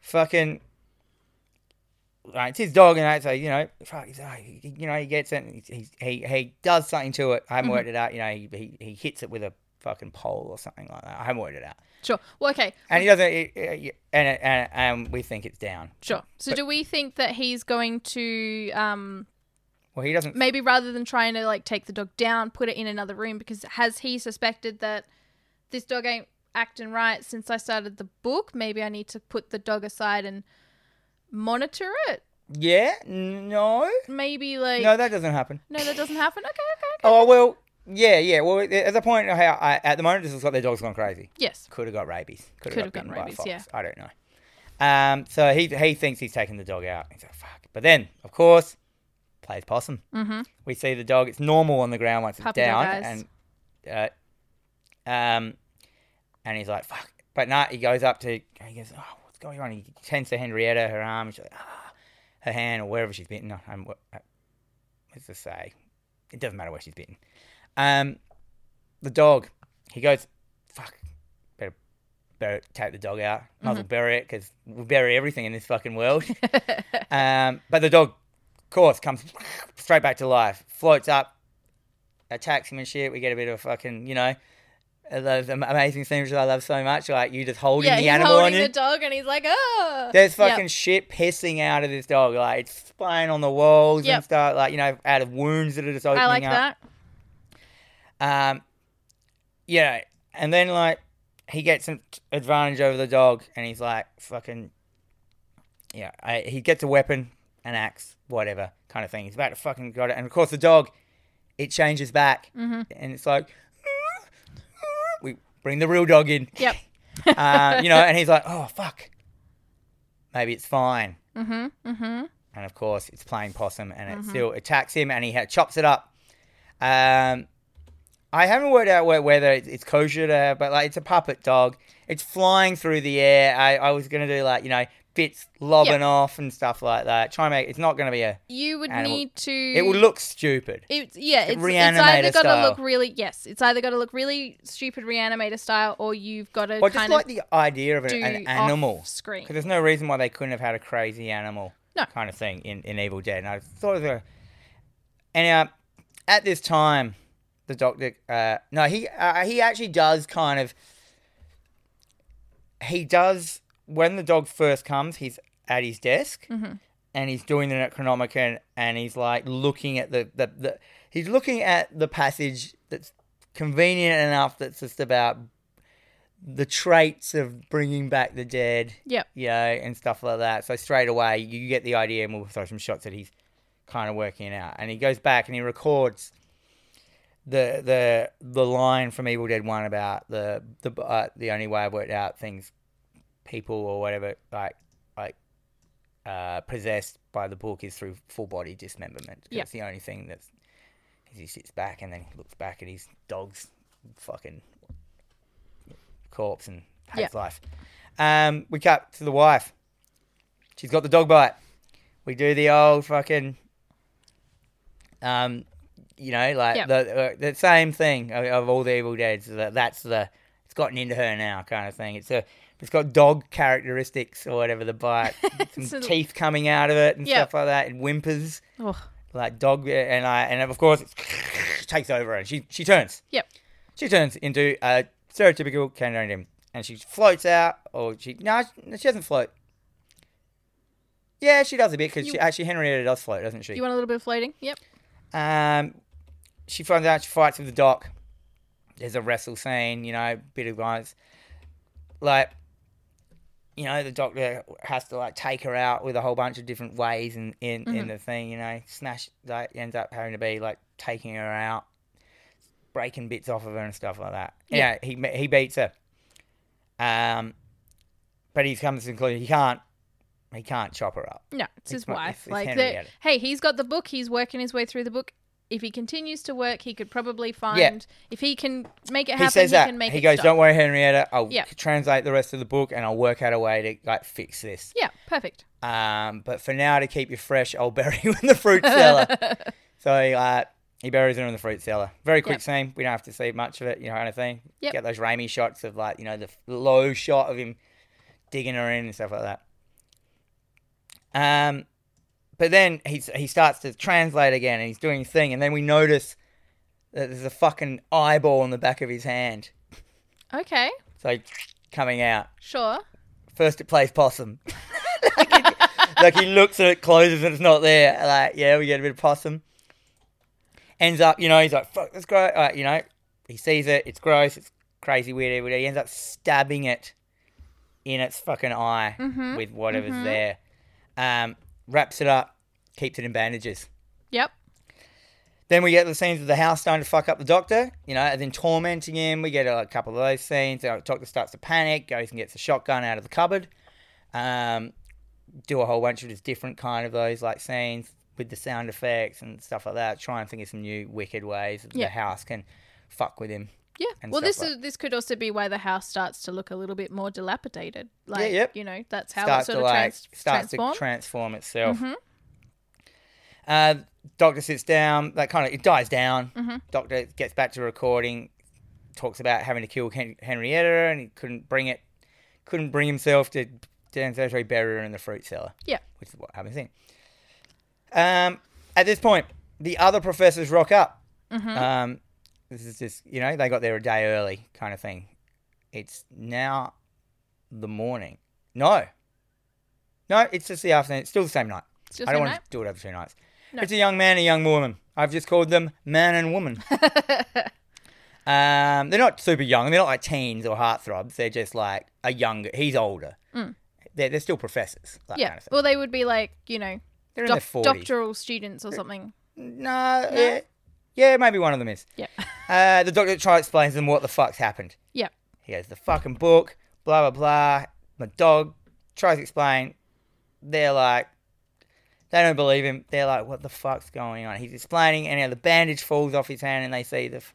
fucking like, it's his dog, and I so you know, fuck, he's, oh, he, you know, he gets it, and he, he he does something to it. I haven't worked it out. You know, he, he he hits it with a fucking pole or something like that. I haven't worked it out, Sure. Well, okay. and he doesn't. It, it, and, it- and and we think it's down. Sure. So do we think that he's going to um Well, he doesn't. maybe rather than trying to like take the dog down, put it in another room because has he suspected that this dog ain't acting right since I started the book? Maybe I need to put the dog aside and monitor it. Yeah, no, Maybe like no, that doesn't happen. No, that doesn't happen. Okay, okay, okay. Oh well, yeah, yeah. Well, at the point, how I, at the moment, this is like their dog's gone crazy. Yes. Could have got rabies. Could Coulda have got gotten bitten by a rabies, fox. yeah. I don't know. Um, so he he thinks he's taking the dog out. He's like, fuck. But then, of course, plays possum. Mm-hmm. We see the dog. It's normal on the ground once it's Puppy dog down, eyes. and uh, um, and he's like, fuck. But no, he goes up to. He goes, oh, what's going on? He tends to Henrietta, her arm. She's like, ah, her hand or wherever she's bitten. I, I'm, what does this say? It doesn't matter where she's bitten. Um, the dog. He goes, fuck. Better, better take the dog out. Might Mm-hmm. as well bury it because we bury everything in this [laughs] fucking world. um, but the dog, of course, comes straight back to life. Floats up, attacks him and shit. We get a bit of fucking, you know, the, the amazing scenes that I love so much. Like you just holding Yeah, the he's animal holding on you. the dog and he's like, oh. There's fucking shit pissing out of this dog. Like it's spying on the walls and Yep. stuff. Like you know, out of wounds that are just opening I like up. that. Um, you know, and then like he gets an advantage over the dog, and he's like fucking, yeah. I, he gets a weapon, an axe, whatever kind of thing. He's about to fucking got it, and of course the dog, it changes back, and it's like we bring the real dog in, [laughs] Yep. uh, [laughs] you know, and he's like, oh fuck, maybe it's fine, Mm-hmm. Mm-hmm. and of course it's playing possum, and it still attacks him, and he ha- chops it up. Um, I haven't worked out whe- whether it- it's kosher to have, but like it's a puppet dog. It's flying through the air. I, I was gonna do like you know bits lobbing Yeah. off and stuff like that. Try and make it's not gonna be a. You would Animal- need to. It will look stupid. It's yeah, it's, it's Reanimator either got to style. look really yes, it's either got to look really stupid reanimator style, or you've got to But just kind like of the idea of an, do an animal, off screen. because there's no reason why they couldn't have had a crazy animal No. kind of thing in, in Evil Dead. And I thought of a, and uh, at this time, the doctor, uh, no, he uh, he actually does kind of, he does when the dog first comes, he's at his desk and he's doing the Necronomicon and he's like looking at the, the, the he's looking at the passage that's convenient enough that's just about the traits of bringing back the dead Yep. you know, and stuff like that. So straight away, you get the idea, and we'll throw some shots that he's kind of working it out. And he goes back and he records the the the line from Evil Dead One about the the uh, the only way I've worked out things, people or whatever, like like uh, possessed by the book is through full body dismemberment. 'cause Yeah. It's the only thing that's. He sits back and then he looks back at his dog's fucking corpse and hates life. Um, we cut to the wife. She's got the dog bite. We do the old fucking. Um, you know, like Yep. the uh, the same thing of, of all the Evil Dead. So that, that's the it's gotten into her now kind of thing. It's a it's got dog characteristics or whatever the [laughs] bite, some So- teeth coming out of it and Yep. stuff like that, and whimpers Ugh. like dog. And I and of course it [laughs] takes over and she she turns. Yep. She turns into a stereotypical Canadian and she floats out or she no she, she doesn't float. Yeah, she does a bit because You- she actually Henrietta does float, doesn't she? You want a little bit of floating? Yep. Um, she finds out she fights with the doc. There's a wrestle scene, you know, bit of violence. Like, you know, the doctor has to like take her out with a whole bunch of different ways in in, in the thing, you know, smash like ends up having to be like taking her out, breaking bits off of her and stuff like that. Yeah. Yeah, he ma- he beats her. Um, but he's come to the conclusion he can't he can't chop her up. No, it's, his It's not- wife. it's- it's like, Henrietta. the- hey, he's got the book. He's working his way through the book. If he continues to work, he could probably find. If he can make it happen, he says he that. can make he it goes, stop. "Don't worry, Henrietta. I'll Yeah. translate the rest of the book and I'll work out a way to like fix this. Yeah, perfect. Um, but for now, to keep you fresh, I'll [laughs] bury you in the fruit cellar." so he, uh, he buries her in the fruit cellar. Very quick Yep. scene. We don't have to see much of it. You know kind of thing. Yep. Get those Raimi shots of like you know the f- low shot of him digging her in and stuff like that. Um, but then he he starts to translate again, and he's doing his thing, and then we notice that there's a fucking eyeball on the back of his hand. [laughs] Okay, So coming out. sure. First it plays possum. [laughs] like, he, like he looks at it, closes and it's not there. Like, yeah, we get a bit of possum. Ends up, you know, he's like, fuck, that's gross. Like, you know, he sees it, it's gross, it's crazy weird every day. He ends up stabbing it in its fucking eye with whatever's there. Um, wraps it up, keeps it in bandages. Yep. Then we get the scenes of the house starting to fuck up the doctor, you know, and then tormenting him. We get a, couple of those scenes. The doctor starts to panic, goes and gets a shotgun out of the cupboard. Um, do a whole bunch of just different kind of those like scenes with the sound effects and stuff like that. Try and think of some new wicked ways that Yeah. the house can fuck with him. Yeah. and Well, stuff this like- is this could also be why the house starts to look a little bit more dilapidated. Like, yep. you know, that's how starts it to sort of like trans- Mm-hmm. starts transforms. to transform itself. Uh, doctor sits down. That kind of it dies down. Mm-hmm. Doctor gets back to recording. Talks about having to kill Hen- Henrietta, and he couldn't bring it. Couldn't bring himself to to necessarily bury her in the fruit cellar, yeah. which is what happens then. Um, at this point, the other professors rock up. Mm-hmm. Um, this is just you know they got there a day early kind of thing. It's now the morning. No, no, it's just the afternoon. It's still the same night. It's just I don't a want night. to do it over two nights. No. It's a young man, and a young woman. I've just called them man [laughs] and woman. um, they're not super young. They're not like teens or heartthrobs. They're just like a younger. He's older. They're, they're still professors. That Mm. Yeah. Kind of thing. well, they would be like, you know, They're in doc- their forties. doctoral students or something. No. Yeah. yeah. Maybe one of them is. Yeah. [laughs] Uh, the doctor tries to explain to them what the fuck's happened. yeah. He goes, the fucking book, blah, blah, blah. My dog tries to explain. They're like, they don't believe him. They're like, what the fuck's going on? He's explaining, and now the bandage falls off his hand, and they see the, f-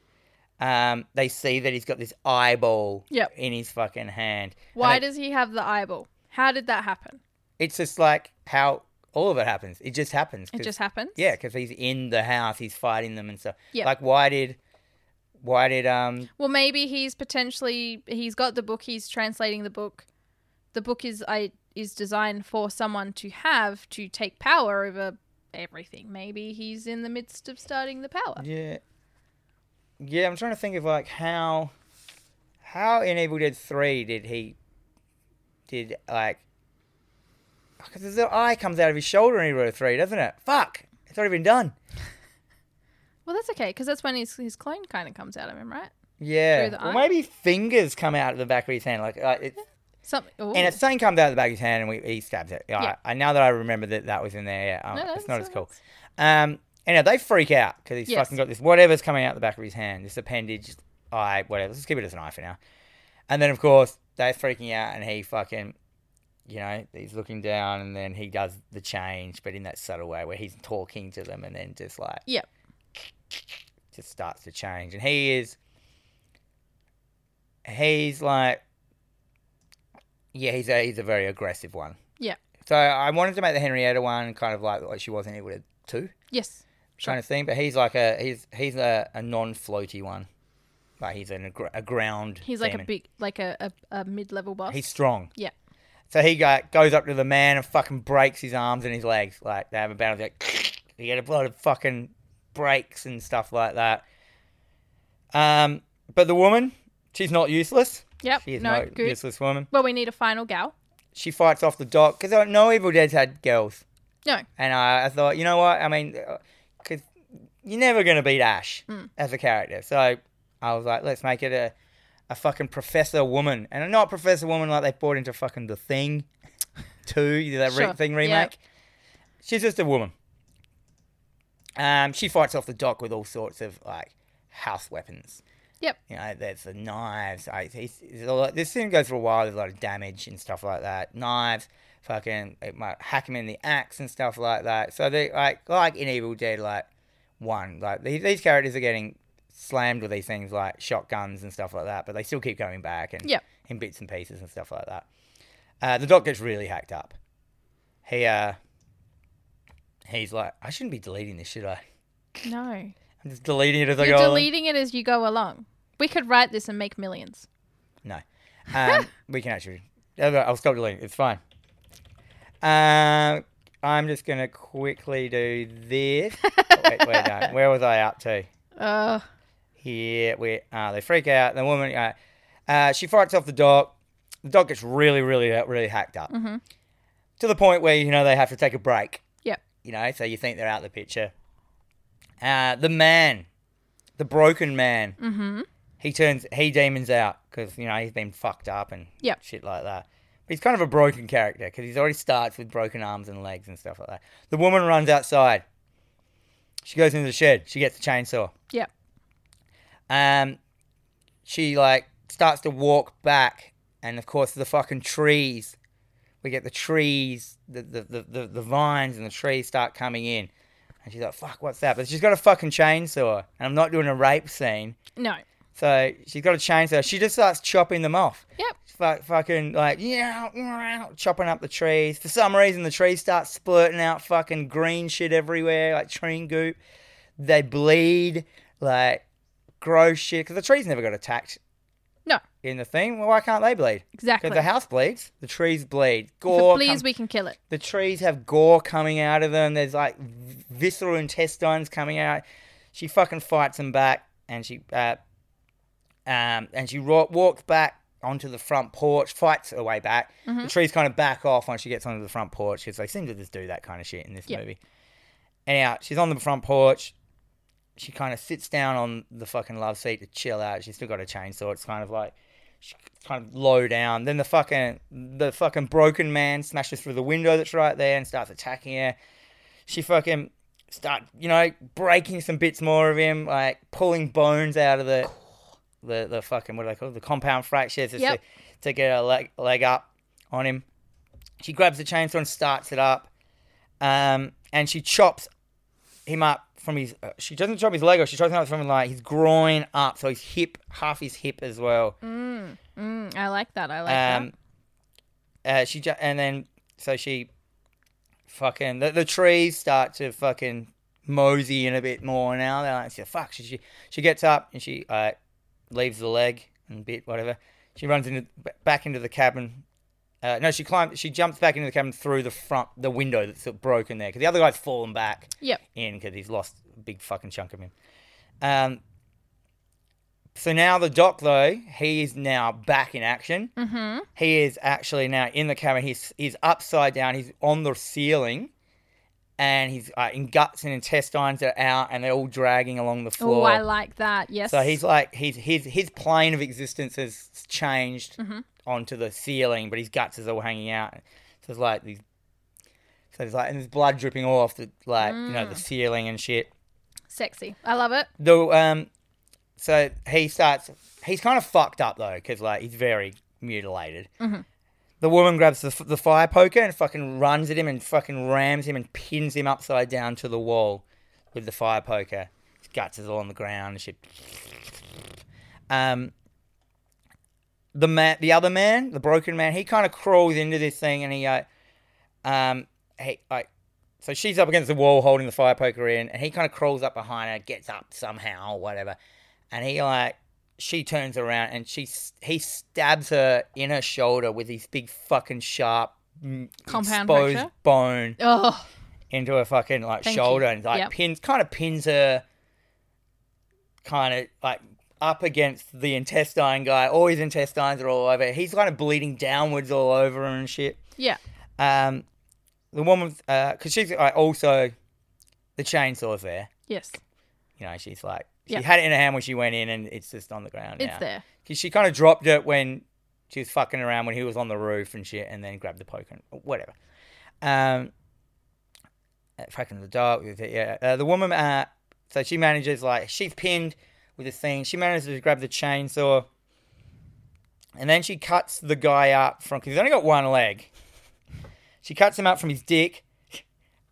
um, they see that he's got this eyeball Yep. in his fucking hand. And Why it- does he have the eyeball? How did that happen? it's just like how all of it happens. It just happens. It 'cause- just happens. yeah, because he's in the house, he's fighting them and stuff. Yeah. Like, why did, why did um Well, maybe he's potentially he's got the book. He's translating the book. The book is I is designed for someone to have to take power over everything. Maybe he's in the midst of starting the power. Yeah. Yeah, I'm trying to think of like how how in Evil Dead Three did he did like because his little eye comes out of his shoulder in Evil Dead Three, doesn't it? Fuck, it's already been done. Well, that's okay because that's when his his clone kind of comes out of him, right? Yeah, Through the or eye? maybe fingers come out of the back of his hand, like uh, it, Some ooh. and it's something comes out of the back of his hand, and we, he stabs it. Yeah, Yeah. I, I- now that I remember that that was in there, yeah, oh, No, no, it's not that's- as cool. Um, and they freak out because he's Yes. fucking got this whatever's coming out the back of his hand, this appendage, eye, whatever. Let's keep it as an eye for now. And then of course they're freaking out, and he fucking you know, he's looking down and then he does the change, but in that subtle way where he's talking to them and then just like Yep. just starts to change. And he is he's like yeah, he's a he's a very aggressive one. Yeah. So I wanted to make the Henrietta one kind of like like she was in It Would Have Two Yes. kind of thing, but he's like a he's he's a, a non floaty one. Like he's an, aggr- a ground. He's like demon. a big, like a, a, a mid level boss. He's strong. Yeah. So he got, goes up to the man and fucking breaks his arms and his legs. Like they have a battle. he's Like [laughs] you get a lot of fucking breaks and stuff like that. Um, but the woman, she's not useless. Yep. She is no, no, good. useless woman. Well, we need a final gal. She fights off the dock because no Evil Dead's had girls, No. and I, I thought, you know what? I mean, because you're never gonna beat Ash Mm. as a character. So I was like, let's make it a a fucking professor woman, and not professor woman like they brought into fucking the thing, [laughs] two that re- Sure, thing yeah. remake. She's just a woman. Um, she fights off the dock with all sorts of like house weapons. Yep. You know, there's the knives. I, he's, there's a lot, this thing goes for a while. There's a lot of damage and stuff like that. Knives, fucking, it might hack him in the axe and stuff like that. So they like, like in Evil Dead, like one, like these, these characters are getting slammed with these things like shotguns and stuff like that, but they still keep coming back and Yep. in bits and pieces and stuff like that. Uh, the doc gets really hacked up. He uh, he's like, I shouldn't be deleting this, should I? [laughs] No. I'm just deleting it as I You're go. along. deleting it as you go along. We could write this and make millions. No. Um, we can actually. I'll I'll stop deleting. it. It's fine. Um, I'm just going to quickly do this. Oh, [laughs] [laughs] wait, wait, no. Where was I up to? Uh, Here we are. They freak out. The woman, uh, uh, she fights off the dock. The dock gets really, really, uh, really hacked up to the point where, you know, they have to take a break. yep. You know, so you think they're out of the picture. Uh, the man, the broken man. Mm-hmm. He turns he demons out because you know he's been fucked up and Yep. shit like that. But he's kind of a broken character because he's already starts with broken arms and legs and stuff like that. The woman runs outside. She goes into the shed. She gets the chainsaw. Yep. Um, she like starts to walk back, and of course the fucking trees. We get the trees, the the, the, the, the vines and the trees start coming in, and she's like, "Fuck, what's that?" But she's got a fucking chainsaw, and I'm not doing a rape scene, No. so she's got a chainsaw. She just starts chopping them off. Yep. Fuck, fucking like yeah, yeah, chopping up the trees. For some reason, the trees start splurting out fucking green shit everywhere, like tree goop. They bleed, like gross shit. Because the trees never got attacked No. in the thing. Well, why can't they bleed? Exactly. Because the house bleeds, the trees bleed. If Gore, it bleeds, come- we can kill it. the trees have gore coming out of them. There's like v- visceral intestines coming out. She fucking fights them back, and she uh, um, and she ro- walks back onto the front porch, fights her way back. The trees kind of back off once she gets onto the front porch because they seem to just do that kind of shit in this Yeah. movie. Anyhow, she's on the front porch. She kind of sits down on the fucking love seat to chill out. She's still got a chainsaw. It's kind of like she's kind of low down. Then the fucking the fucking broken man smashes through the window that's right there and starts attacking her. She fucking start you know breaking some bits more of him, like pulling bones out of the the, the fucking what do they call it? the compound fractures just Yep. to, to get her leg leg up on him. She grabs the chainsaw and starts it up, um, and she chops him up from his. Uh, she doesn't chop his leg off. She chops him up from like his groin up, so his hip, half his hip as well. Mm, I like that. I like Um, uh, she ju- and then so she fucking the, the trees start to fucking mosey in a bit more now. They're like, so fuck. She, she she gets up and she uh, leaves the leg and bit whatever. She runs into b- back into the cabin. Uh, no, she climbs. She jumps back into the cabin through the front, the window that's broken there, because the other guy's fallen back that. Yep. in because he's lost a big fucking chunk of him. Um, so now the doc though he is now back in action. Mm-hmm. He is actually now in the cabin. He's he's upside down. He's on the ceiling, and he's uh, in guts and intestines are out, and they're all dragging along the floor. Oh, I like that. Yes. So he's like he's his his plane of existence has changed onto the ceiling, but his guts is all hanging out. So there's like these, so there's like and there's blood dripping all off the like you know the ceiling and shit. sexy. I love it. The um, so he starts he's kind of fucked up though because like he's very mutilated. The woman grabs the, f- the fire poker and fucking runs at him and fucking rams him and pins him upside down to the wall with the fire poker. His guts is all on the ground and shit. Um, the man, the other man, the broken man, he kind of crawls into this thing and he, uh, um, he like, so she's up against the wall holding the fire poker in, and he kind of crawls up behind her, gets up somehow or whatever, and he like, she turns around and she s- he stabs her in her shoulder with his big fucking sharp mm, Compound exposed fracture? bone Oh, into her fucking like Thank shoulder you. and like Yep. pins kind of pins her kind of like up against the intestine guy. All his intestines are all over. He's kind of bleeding downwards all over her and shit. yeah. Um, the woman, because she's like, also the chainsaw's there. Yes. You know, she's like she Yep. had it in her hand when she went in, and it's just on the ground now. It's there. 'Cause she kind of dropped it when she was fucking around when he was on the roof and shit, and then grabbed the poker and whatever. Um, uh, fucking the dog with it, yeah. Uh, the woman, uh, so she manages like she's pinned with a thing. She manages to grab the chainsaw, and then she cuts the guy up from because he's only got one leg. She cuts him up from his dick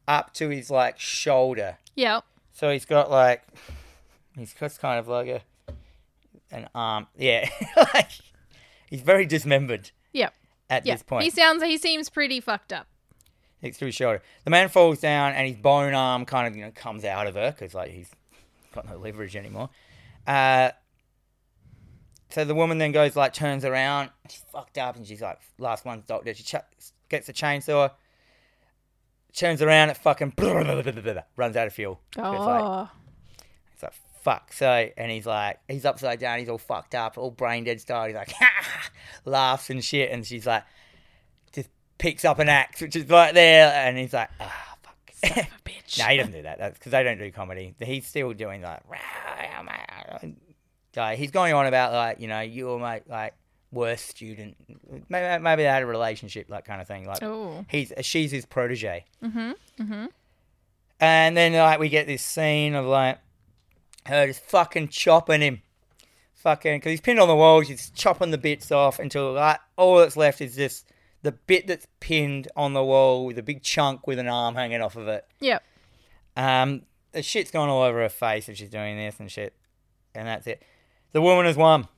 up to his like shoulder. Yep. So he's got like, he's got kind of like a, an arm. Yeah, [laughs] like he's very dismembered Yep. at Yeah. this point. He sounds. He seems pretty fucked up. It's through his shoulder. The man falls down, and his bone arm kind of you know comes out of her because like he's got no leverage anymore. Uh, so the woman then goes like turns around, she's fucked up, and she's like last one's doctor. She ch- gets the chainsaw, turns around, it fucking [laughs] runs out of fuel. It's like, Oh. It's like, fuck. So, and he's like, he's upside down. He's all fucked up, all brain dead style. He's like, [laughs] laughs and shit. And she's like, just picks up an axe, which is right there. And he's like, ah, fuck. [laughs] a bitch. no, he doesn't do that. That's because they don't do comedy. He's still doing like, like, he's going on about like, you know, you were my like worst student. Maybe, maybe they had a relationship, like kind of thing. Like, Oh. he's she's his protege. Mm-hmm. Mm-hmm. And then like we get this scene of like her just fucking chopping him, fucking because he's pinned on the wall. She's chopping the bits off until like all that's left is just the bit that's pinned on the wall with a big chunk with an arm hanging off of it. Yep. Um, the shit's gone all over her face if she's doing this and shit, and that's it. The woman has won.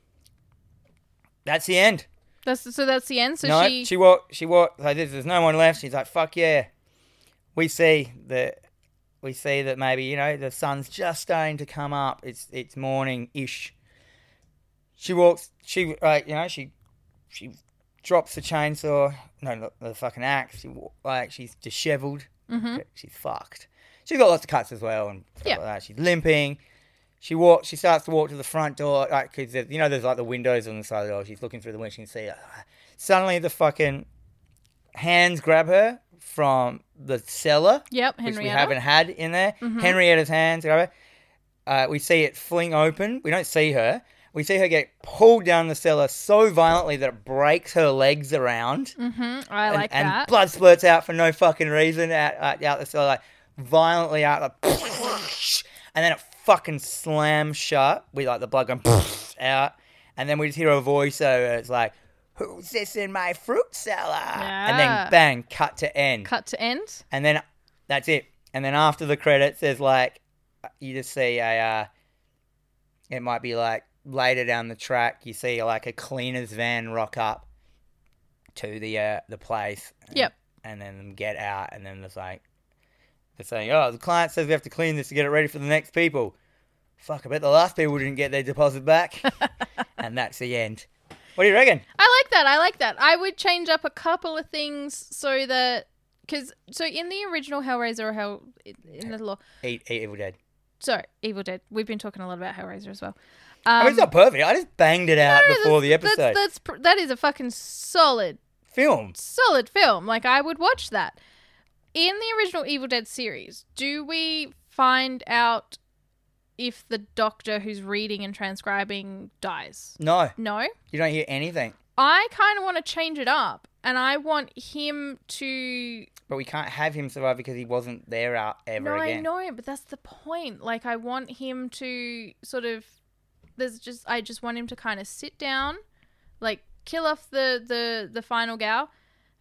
That's the end That's so. That's the end. So no, she. she walked. She walked. Like this, there's no one left. She's like, "Fuck yeah!" We see that. We see that maybe you know the sun's just starting to come up. It's it's morning ish. She walks. She like you know she she drops the chainsaw. No, not the fucking axe. She wa- like she's dishevelled. She's fucked. She's got lots of cuts as well, and stuff Mm-hmm. Yeah. like that. she's limping. She walks. She starts to walk to the front door, like because you know there's like the windows on the side of the door. She's looking through the window. She can see. It. Suddenly, the fucking hands grab her from the cellar, Yep. which we Henrietta. haven't had in there. Henrietta's hands grab her. Uh, we see it fling open. We don't see her. We see her get pulled down the cellar so violently that it breaks her legs around Mhm, I like and, that. and blood splurts out for no fucking reason out out, out the cellar, like violently out, like, [laughs] and then it fucking slams shut with like the blood going [laughs] out, and then we just hear a voiceover. It's like, "Who's this in my fruit cellar?" Yeah. And then bang, cut to end, Cut to end. and then that's it. And then after the credits, there's like, you just see a, uh, it might be like later down the track, you see like a cleaner's van rock up to the uh, the place. and- Yep. And then them get out, and then there's like, they're saying, oh, the client says we have to clean this to get it ready for the next people. Fuck, I bet the last people didn't get their [laughs] deposit back. and that's the end. What do you reckon? I like that. I like that. I would change up a couple of things so that because so in the original Hellraiser or Hell in the law. Eat, eat Evil Dead. Sorry, Evil Dead. We've been talking a lot about Hellraiser as well. I mean, Oh, it's not perfect. I just banged it out Um, No, before the that's- episode. That's, that's pr- that is a fucking solid Film. solid film. Like I would watch that. In the original Evil Dead series, do we find out if the doctor who's reading and transcribing dies? No. No. You don't hear anything. I kind of want to change it up and I want him to But we can't have him survive because he wasn't there out ever No, again. I know, but that's the point. Like, I want him to sort of. There's just I just want him to kind of sit down, like kill off the the the final gal,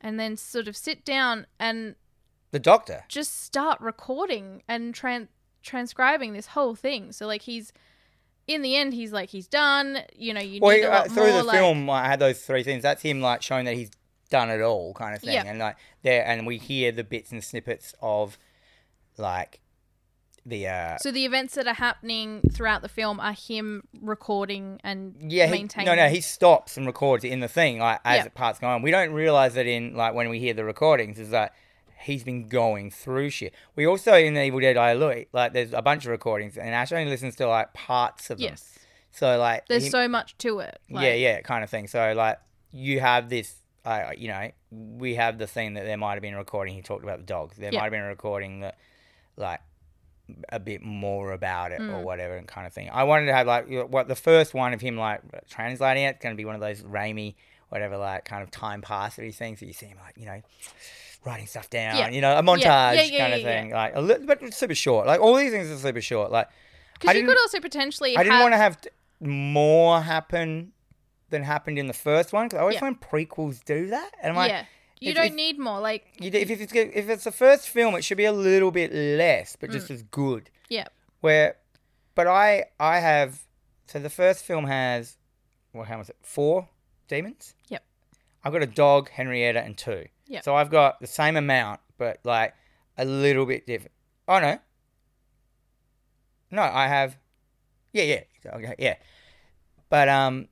and then sort of sit down and The doctor. just start recording and tran- transcribing this whole thing. So like he's in the end, he's like he's done. You know, you Well, need he- a uh, lot through more. the like, film, I had those three things. That's him like showing that he's done it all, kind of thing. Yeah. And like there, and we hear the bits and snippets of like the uh, so the events that are happening throughout the film are him recording and yeah. He, maintaining. no, no, he stops and records in the thing like as Yeah. it parts going on. We don't realize that in like when we hear the recordings is that he's been going through shit. We also in Evil Dead I Look like there's a bunch of recordings, and Ash only listens to like parts of them. yes, So like there's he- so much to it. Like, yeah, yeah, kind of thing. So like you have this, uh, you know, we have the thing that there might have been a recording. He talked about the dogs. There Yeah. might have been a recording that, like, a bit more about it Mm. or whatever and kind of thing. I wanted to have like you know, what the first one of him like translating it going to be one of those Raimi whatever like kind of time passery things. So you see him like you know. Writing stuff down, Yeah. you know, a montage yeah, yeah, kind of yeah, yeah. thing, like a little but super short. Like all these things are super short. Like I Because you didn't- could also potentially. I didn't have, want to have t- more happen than happened in the first one because I always Yeah. find prequels do that, and I'm like, yeah, you if- don't if- need more. Like you d- if, if it's good- if it's the first film, it should be a little bit less, but Mm. just as good. yeah, Where, but I I have so the first film has well how was it four demons? Yep. I've got a dog, Henrietta, and two. Yep. So I've got the same amount, but like a little bit different. Oh no. No, I have. Yeah, yeah, okay, yeah. But um,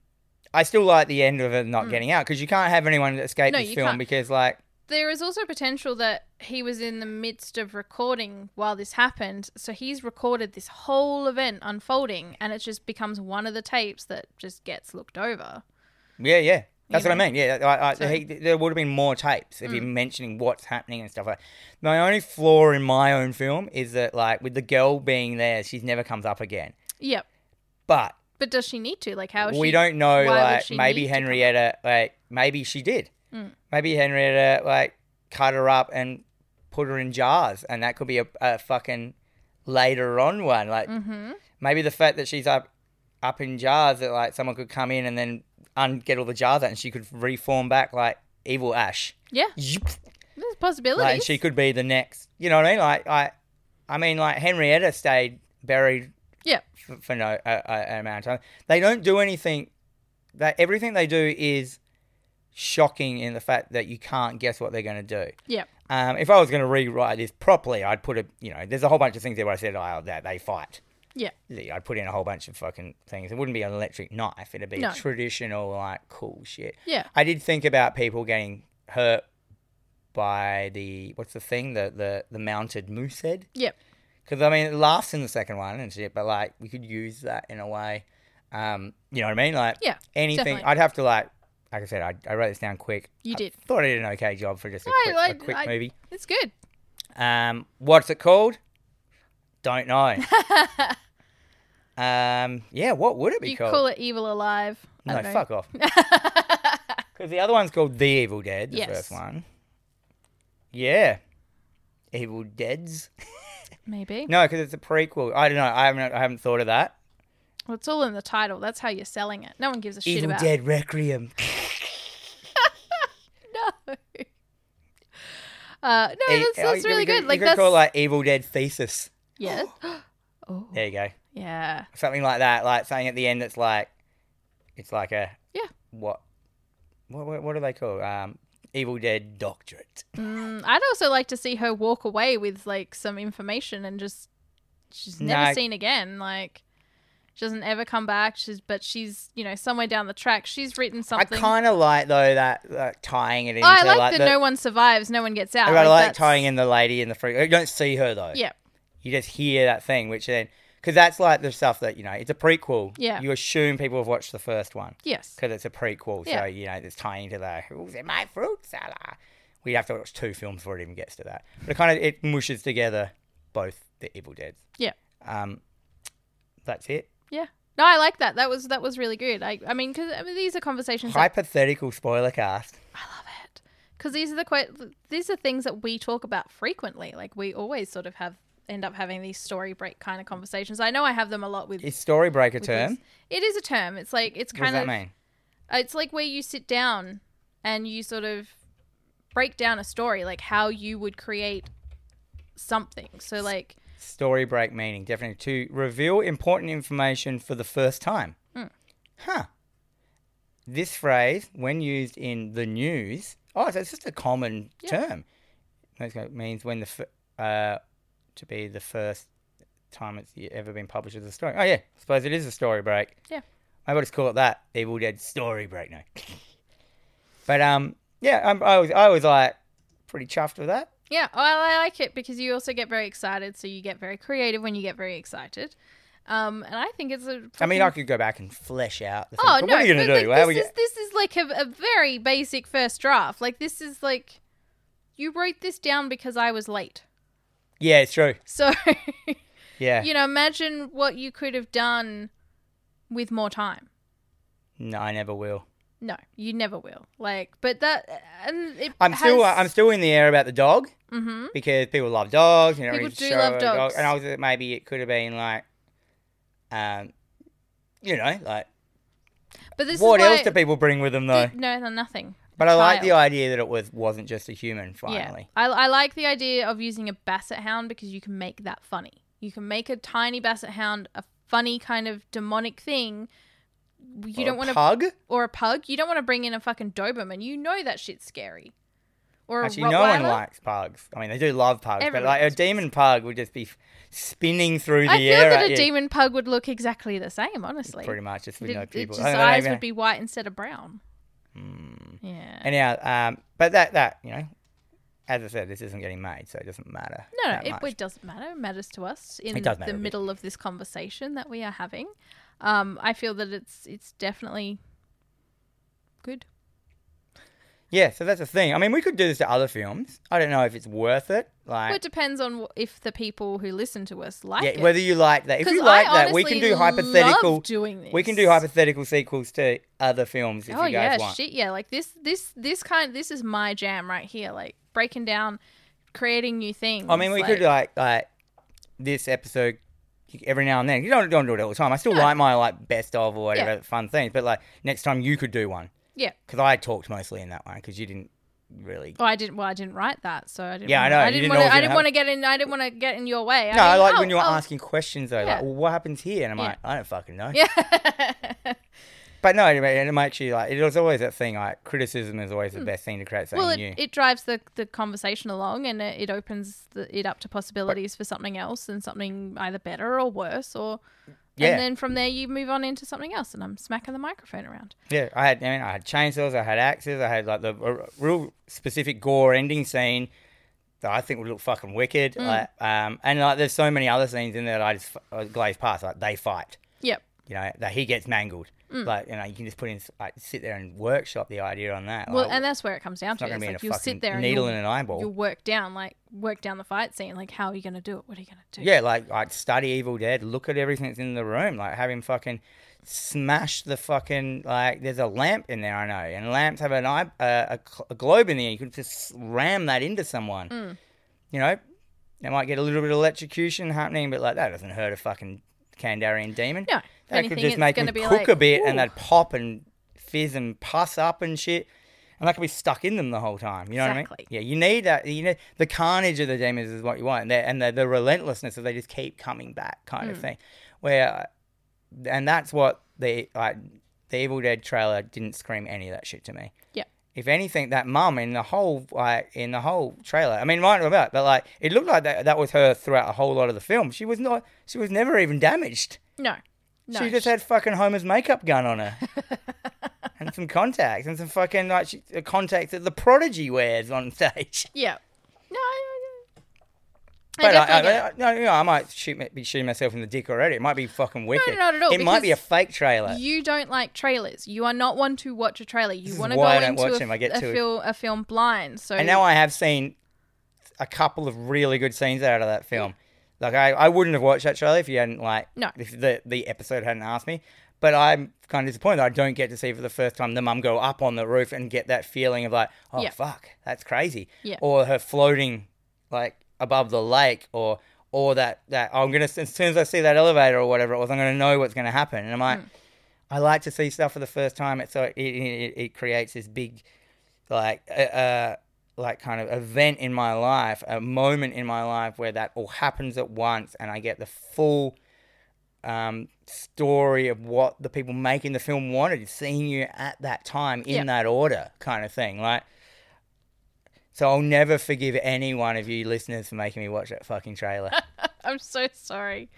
I still like the end of it not getting out because you can't have anyone escape Mm. No, this you film can't. because like there is also potential that he was in the midst of recording while this happened, so he's recorded this whole event unfolding, and it just becomes one of the tapes that just gets looked over. Yeah, yeah. That's You what I know? Mm. mean. Yeah, I, I, So- he, there would have been more tapes if you're mentioning what's happening and stuff like. My only flaw in my own film is that, like, with the girl being there, she never comes up again. Yep. But But does she need to? Like, how is Oh, we she? don't know. why would Like, she maybe need to come up? Henrietta, like, maybe she did. Mm. Maybe Henrietta, like, cut her up and put her in jars, and that could be a, a fucking later on one. Like, Mm-hmm. maybe the fact that she's up up in jars that like someone could come in and then un- get all the jars out and she could reform back like evil ash Yeah, Yip. there's possibilities. like she could be the next you know what i mean like i i mean like henrietta stayed buried Yeah. f- for no uh, uh, amount of time they don't do anything that everything they do is shocking in the fact that you can't guess what they're going to do Yeah. um, if I was going to rewrite this properly, I'd put a, you know, there's a whole bunch of things there where I said, oh, that they fight. Yeah. Yeah, I'd put in a whole bunch of fucking things. It wouldn't be an electric knife. It'd be No. traditional, like, cool shit. Yeah. I did think about people getting hurt by the, what's the thing? The, the, the mounted moose head. Yep. Because, I mean, it laughs in the second one and shit, but, like, we could use that in a way. Um, you know what I mean? Like, Yeah, anything. definitely. I'd have to, like, like I said, I, I wrote this down quick. You I did. thought I did an okay job for just a No, quick, I- a quick I- movie. It's good. Um, what's it called? [laughs] Don't know. um, yeah, what would it be you called? call it evil alive. I no, don't know. fuck off. [laughs] Because the other one's called The Evil Dead, the Yes. first one. Yeah. Evil Deads? [laughs] Maybe. No, because it's a prequel. I don't know. I haven't, I haven't thought of that. Well, it's all in the title. That's how you're selling it. No one gives a shit Evil about Oh, [laughs] Dead Requiem. No. Uh, no, E- that's, oh, that's you really could- good. You Like could that's call it like Evil Dead Thesis. [gasps] yes. [gasps] oh There you go. yeah. something like that, like something at the end that's like, it's like a Yeah. What, what, what, what do they call um, Evil Dead Doctorate? Mm, I'd also like to see her walk away with like some information and just she's never No. seen again. Like she doesn't ever come back. She's but she's you know somewhere down the track she's written something. I kind of like though that like, tying it into Oh, I like, like that the, no one survives, no one gets out. I like, that's- tying in the lady in the freak. You don't see her though. Yeah, You just hear that thing, which then because that's like the stuff that you know it's a prequel. Yeah. You assume people have watched the first one yes, because it's a prequel, so Yeah. you know it's tying to the who's in my fruit salad. We'd have to watch two films before it even gets to that. But it kind of it mushes together both the Evil Deads. yeah, Um, that's it. yeah. No, I like that. That was that was really good. I I mean, because I mean, these are conversations. that Hypothetical spoiler cast. because these are the que- these are things that we talk about frequently. Like we always sort of have end up having these story break kind of conversations. I know I have them a lot with. Is story break a with term? this. It is a term. It's like it's What does kind that of mean? it's like where you sit down and you sort of break down a story, like how you would create something. So like Story break meaning, definitely. To reveal important information for the first time. Hmm. Huh. This phrase, when used in the news, oh, so it's just a common Yeah. term. That's what It means when the, f- uh, to be the first time it's ever been published as a story. Oh, yeah. I suppose it is a story break. Yeah. Maybe I'll just call it that. Evil Dead story break. No. [laughs] but, um, yeah, I'm, I, was, I was like pretty chuffed with that. Yeah, well, I like it because you also get very excited, so you get very creative when you get very excited. Um, and I think it's a. I mean, fucking- I could go back and flesh out the thing. Mm. Oh but no! what are you going but, to do? like, How this, we is, this is like a, a very basic first draft. Like this is like, you wrote this down because I was late. [laughs] Yeah, it's true. So, Yeah. you know, imagine what you could have done with more time. No, I never will. No, you never will. Like, but that and it. I'm still uh, has- I'm still in the air about the dog Mhm. because people love dogs. You know, People you do show love a dogs. and I was maybe it could have been like, um, you know, like But this what is else why- do people bring with them though? thi- no, nothing. but I like the child. idea that it was wasn't just a human. Finally, Yeah. I, I like the idea of using a basset hound because you can make that funny. You can make a tiny basset hound a funny kind of demonic thing. You Or don't a want to pug. or a pug. You don't want to bring in a fucking Doberman. You know that shit's scary. Or Actually, a Rottweiler. no one likes pugs. I mean, they do love pugs, Everyone but like a loves demon pug would just be f- spinning through the I feel air. that at a you. demon pug would look exactly the same, honestly. pretty much just with It- no it people. just eyes would be white instead of brown. Mm. Mm. Yeah. Anyhow, um, but that that you know, as I said, this isn't getting made, so it doesn't matter. No, that no, much. it, it doesn't matter. It matters to us in It does the matter a bit. middle of this conversation that we are having. Um, I feel that it's it's definitely good. Yeah, so that's the thing. I mean, we could do this to other films. I don't know if it's worth it. Well, it Like, depends on wh- if the people who listen to us like yeah, it. whether you like that. If 'Cause you like I that, we can honestly do hypothetical. love doing this. We can do hypothetical sequels to other films if Oh you guys yeah, want. shit yeah. Like this this this kind this is my jam right here. Like breaking down, creating new things. I mean, we could like like this episode every now and then. You don't don't do it all the time. I still No. like my like best of or whatever Yeah. fun things, but like next time you could do one yeah. because I talked mostly in that one because you didn't really Well, I didn't. Well, I didn't write that, so I didn't. Yeah, I wanna, know, I you didn't didn't know want it was to. I gonna didn't want to get in. I didn't want to get in your way. No, I, mean, like oh, when you were oh. asking questions though, Yeah. like, well, what happens here? And I'm Yeah. like, I don't fucking [laughs] know. Yeah. But no, it, ma- it makes you like, it was always that thing, like, criticism is always the best thing to create something Mm. well, it, new. it drives the, the conversation along and it, it opens the, it up to possibilities for something else and something either better or worse or Yeah. and then from there you move on into something else and I'm smacking the microphone around. yeah, I had, I mean, I had chainsaws, I had axes, I had like the a real specific gore ending scene that I think would look fucking wicked. Mm. Like, um, and like, there's so many other scenes in there that I just f- uh, glaze past, like, they fight. Yep. You know, that he gets mangled. Mm. Like, you know, you can just put in, like, sit there and workshop the idea on that. Well, like, and that's where it comes down not to. gonna It's be in like a you'll fucking sit there and needle you'll, in an eyeball. you'll work down like work down the fight scene like how are you going to do it? What are you going to do? Yeah, like I'd study Evil Dead, look at everything that's in the room, like have him fucking smash the fucking like. There's a lamp in there, I know, and lamps have an eye, uh, a, cl- a globe in there. You could just ram that into someone. You know, they might get a little bit of electrocution happening, but like that doesn't hurt a fucking Kandarian demon. No. If that anything, could just it's make him gonna be cook like, a bit, and "Ooh." they'd pop and fizz and pus up and shit. And that could be stuck in them the whole time. You know Exactly. what I mean? Yeah, you need that. You need the carnage of the demons is what you want, and, they're- and the, the relentlessness that they just keep coming back, kind Hmm. of thing. Where, and that's what the like the Evil Dead trailer didn't scream any of that shit to me. Yeah. If anything, that mum in the whole like in the whole trailer, I mean, might about, but like it looked like that that was her throughout a whole lot of the film. She was not. She was never even damaged. No. No. She just had fucking Homer's makeup gun [laughs] on her. and some contacts and some fucking like she, uh, contacts that the prodigy wears [laughs] on stage. yeah. No. I- I, I But I, definitely I, get it. I, no, you know, I might shoot me- be shooting myself in the dick already. It might be fucking wicked. not at all, It might be a because fake trailer. You don't like trailers. You are not one to watch a trailer. You is want to go why I don't into watch a, them. I get a, too- fil- a film blind. So and now I have seen a couple of really good scenes out of that film. Like I, I wouldn't have watched that trailer if you hadn't like No. if the the episode hadn't asked me. But I'm kind of disappointed that I don't get to see for the first time the mum go up on the roof and get that feeling of like, oh Yeah. fuck, that's crazy. Yeah. Or her floating like above the lake or or that that oh, I'm gonna as soon as I see that elevator or whatever it was, I'm gonna know what's gonna happen. And I'm Hmm. like, I like to see stuff for the first time. It so it it, it creates this big like uh, uh like kind of event in my life, a moment in my life where that all happens at once, and I get the full um, story of what the people making the film wanted, seeing you at that time in Yeah. that order, kind of thing. Like, so I'll never forgive any one of you listeners for making me watch that fucking [laughs] trailer. I'm so sorry.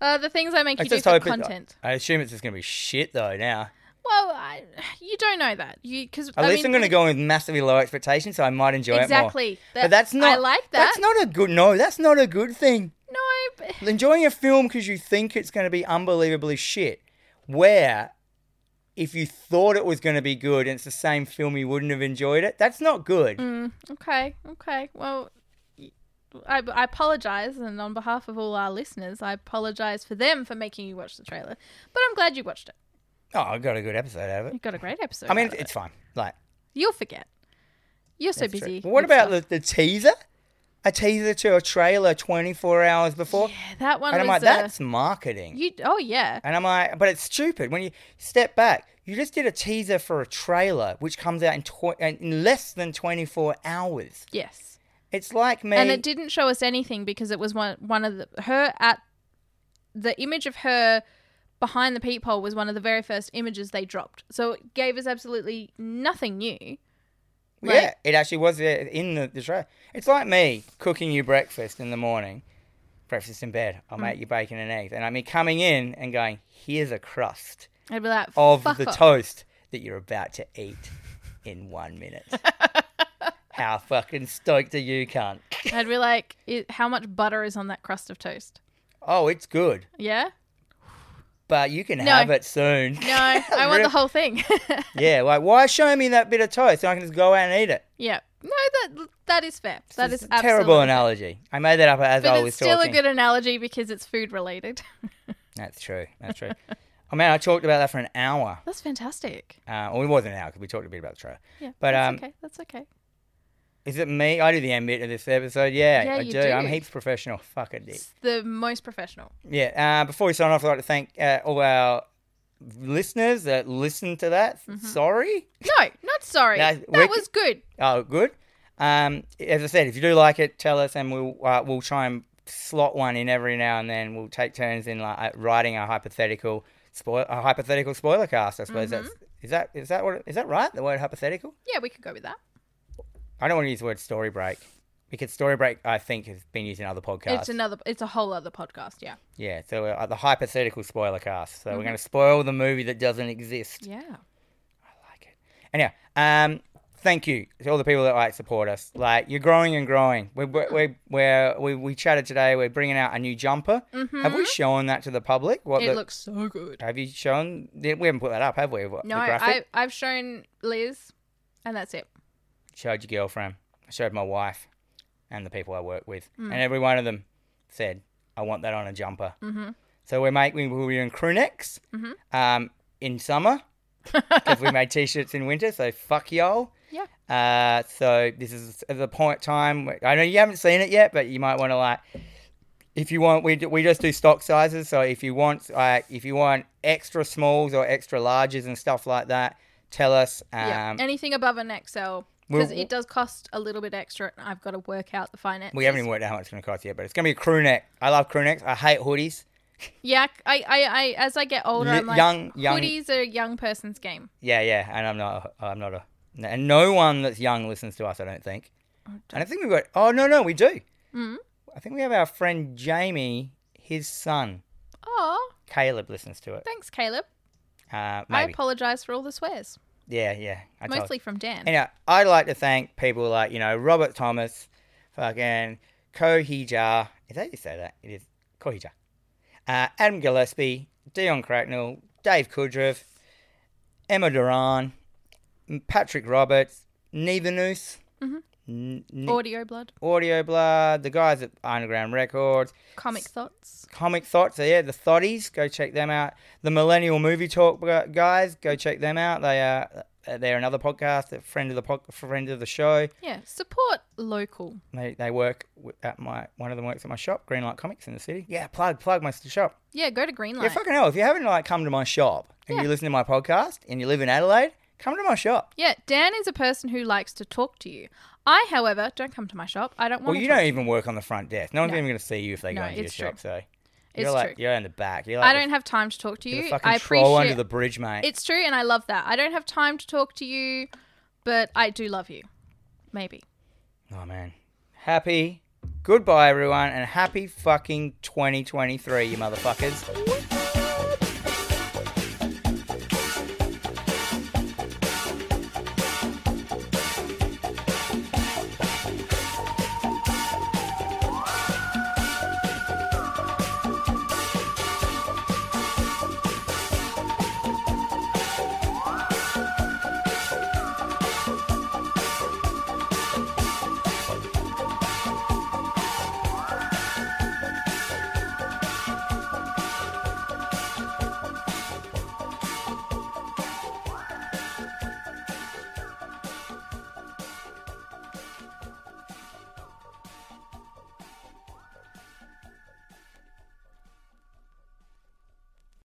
Uh, the things I make I you do just for hope it- content. I assume it's just gonna be shit though. Now, well, I, you don't know that. You because at least I'm gonna go in with massively low expectations, so I might enjoy it more. exactly. That, But that's not. I like that. That's not a good. No, that's not a good thing. no, but- enjoying a film because you think it's going to be unbelievably shit. Where if you thought it was going to be good and it's the same film, you wouldn't have enjoyed it. That's not good. Mm, okay, okay. Well, y- I, I apologize, and on behalf of all our listeners, I apologize for them for making you watch the trailer. But I'm glad you watched it. Oh, I got a good episode out of it. You got a great episode. I mean, out of it's fine. Like, it. you'll forget. You're so that's true. busy. But what with about stuff. the, the teaser? A teaser to a trailer 24 hours before? Yeah, that one and I'm was like, uh, that's marketing. you. Oh yeah, And I'm like, but it's stupid. When you step back, you just did a teaser for a trailer which comes out in, tw- in less than 24 hours. yes. It's like me. and it didn't show us anything because it was one one of the her at the image of her behind the peephole was one of the very first images they dropped so it gave us absolutely nothing new Like- yeah, it actually was uh, in the, the tray. It's like me cooking you breakfast in the morning, breakfast in bed. Hmm. I'll make you bacon and eggs, and I mean coming in and going, "Here's a crust i'd be like of Fuck the off. toast that you're about to eat in one minute." [laughs] How fucking stoked are you, cunt? i'd be like "It- how much butter is on that crust of toast Oh, it's good, [laughs] yeah but you can No. have it soon. no [laughs] i want the whole thing [laughs] yeah, like why show me that bit of toast? I can just go out and eat it. yeah no that that is fair that It's is a terrible absolutely analogy. I made that up as I but was it's still talking. a good analogy because it's food related [laughs] That's true. That's true. [laughs] oh man, I talked about that for an hour. that's fantastic Uh, well, it wasn't an hour because we talked a bit about the trailer. yeah But, that's um, okay that's okay Is it me? I do the end bit of this episode. Yeah, Yeah, I you do. I'm do. heaps professional. Fuck I did. it's the most professional Yeah. Uh, before we sign off, I'd like to thank uh, all our listeners that listened to that. Mm-hmm. Sorry. No, not sorry. No, that we- was good. Oh, good. Um, as I said, if you do like it, tell us, and we'll uh, we'll try and slot one in every now and then. We'll take turns in like uh, writing a hypothetical spoil a hypothetical spoiler cast. I suppose Mm-hmm. that's is that is that what it- is that right? The word hypothetical. Yeah, we could go with that. I don't want to use the word story break because story break I think has been used in other podcasts. It's another. It's a whole other podcast. Yeah. yeah, so uh, the hypothetical spoiler cast. Mm-hmm. So we're going to spoil the movie that doesn't exist. Yeah. like it. Anyhow, um, thank you to all the people that like support us. Like you're growing and growing. We we we we're, we we chatted today. We're bringing out a new jumper. Have we shown that to the public? What Mm-hmm. It the, looks so good. have you shown? We haven't put that up, have we? What, No, the graphic? I, I've shown Liz, and that's it. showed your girlfriend. I showed my wife, and the people I work with, Mm. and every one of them said, "I want that on a jumper." Mm-hmm. So we're making. We were in crew necks Mm-hmm. um, [laughs] in summer because we made t-shirts in winter. So fuck y'all. Yeah. Uh, so this is at the point time. where- I know you haven't seen it yet, but you might want to like, if you want, we do, we just do stock sizes. So if you want, like, if you want extra smalls or extra larges and stuff like that, tell us. Um, yeah. Anything above an XL because we'll- it does cost a little bit extra, and I've got to work out the finances. We haven't even worked out how much it's going to cost yet, but it's going to be a crew neck. I love crew necks. I hate hoodies. Yeah. I, I, I, as I get older, Li- I'm like, young- young- hoodies are a young person's game. Yeah, yeah, and I'm not. I'm not a. And no one that's young listens to us. I don't think. And I think we've got. Oh no, no, we do. Mm-hmm. I think we have our friend Jamie, his son Oh, Caleb listens to it. thanks, Caleb. Uh, I maybe. apologize for all the swears, yeah, yeah. I told- mostly from Dan. Anyhow, uh, I'd like to thank people like, you know, Robert Thomas, fucking Kohija. Is that how you say that? It is Kohija. Uh, Adam Gillespie, Dion Cracknell, Dave Kudrev, Emma Duran, M- Patrick Roberts, Neither Noose, N- N- Audio blood, Audio Blood, the guys at Underground Records, comic thoughts. Comic Thoughts, so yeah, the Thotties, go check them out. The Millennial Movie Talk gu- guys, go check them out. They are uh, they're another podcast, a friend of the pod, friend of the show. Yeah. Support local. They, they work w- at my one of them works at my shop, Greenlight Comics in the city. Yeah, plug plug my shop. Yeah. Go to Greenlight. Yeah, fucking hell, if you haven't like come to my shop and Yeah. you listen to my podcast and you live in Adelaide, come to my shop. Yeah, Dan is a person who likes to talk to you. I, however, don't come to my shop. I don't want Well, you to. don't even work on the front desk. No one's No. even going to see you if they No, go into your it's true. shop. So you're It's like true. you're in the back. You're like I the- don't have time to talk to you're the you. fucking I troll under appreciate the bridge, mate. it's true, and I love that. I don't have time to talk to you, but I do love you. Maybe. Oh man. Happy goodbye everyone and happy fucking 2023 you motherfuckers.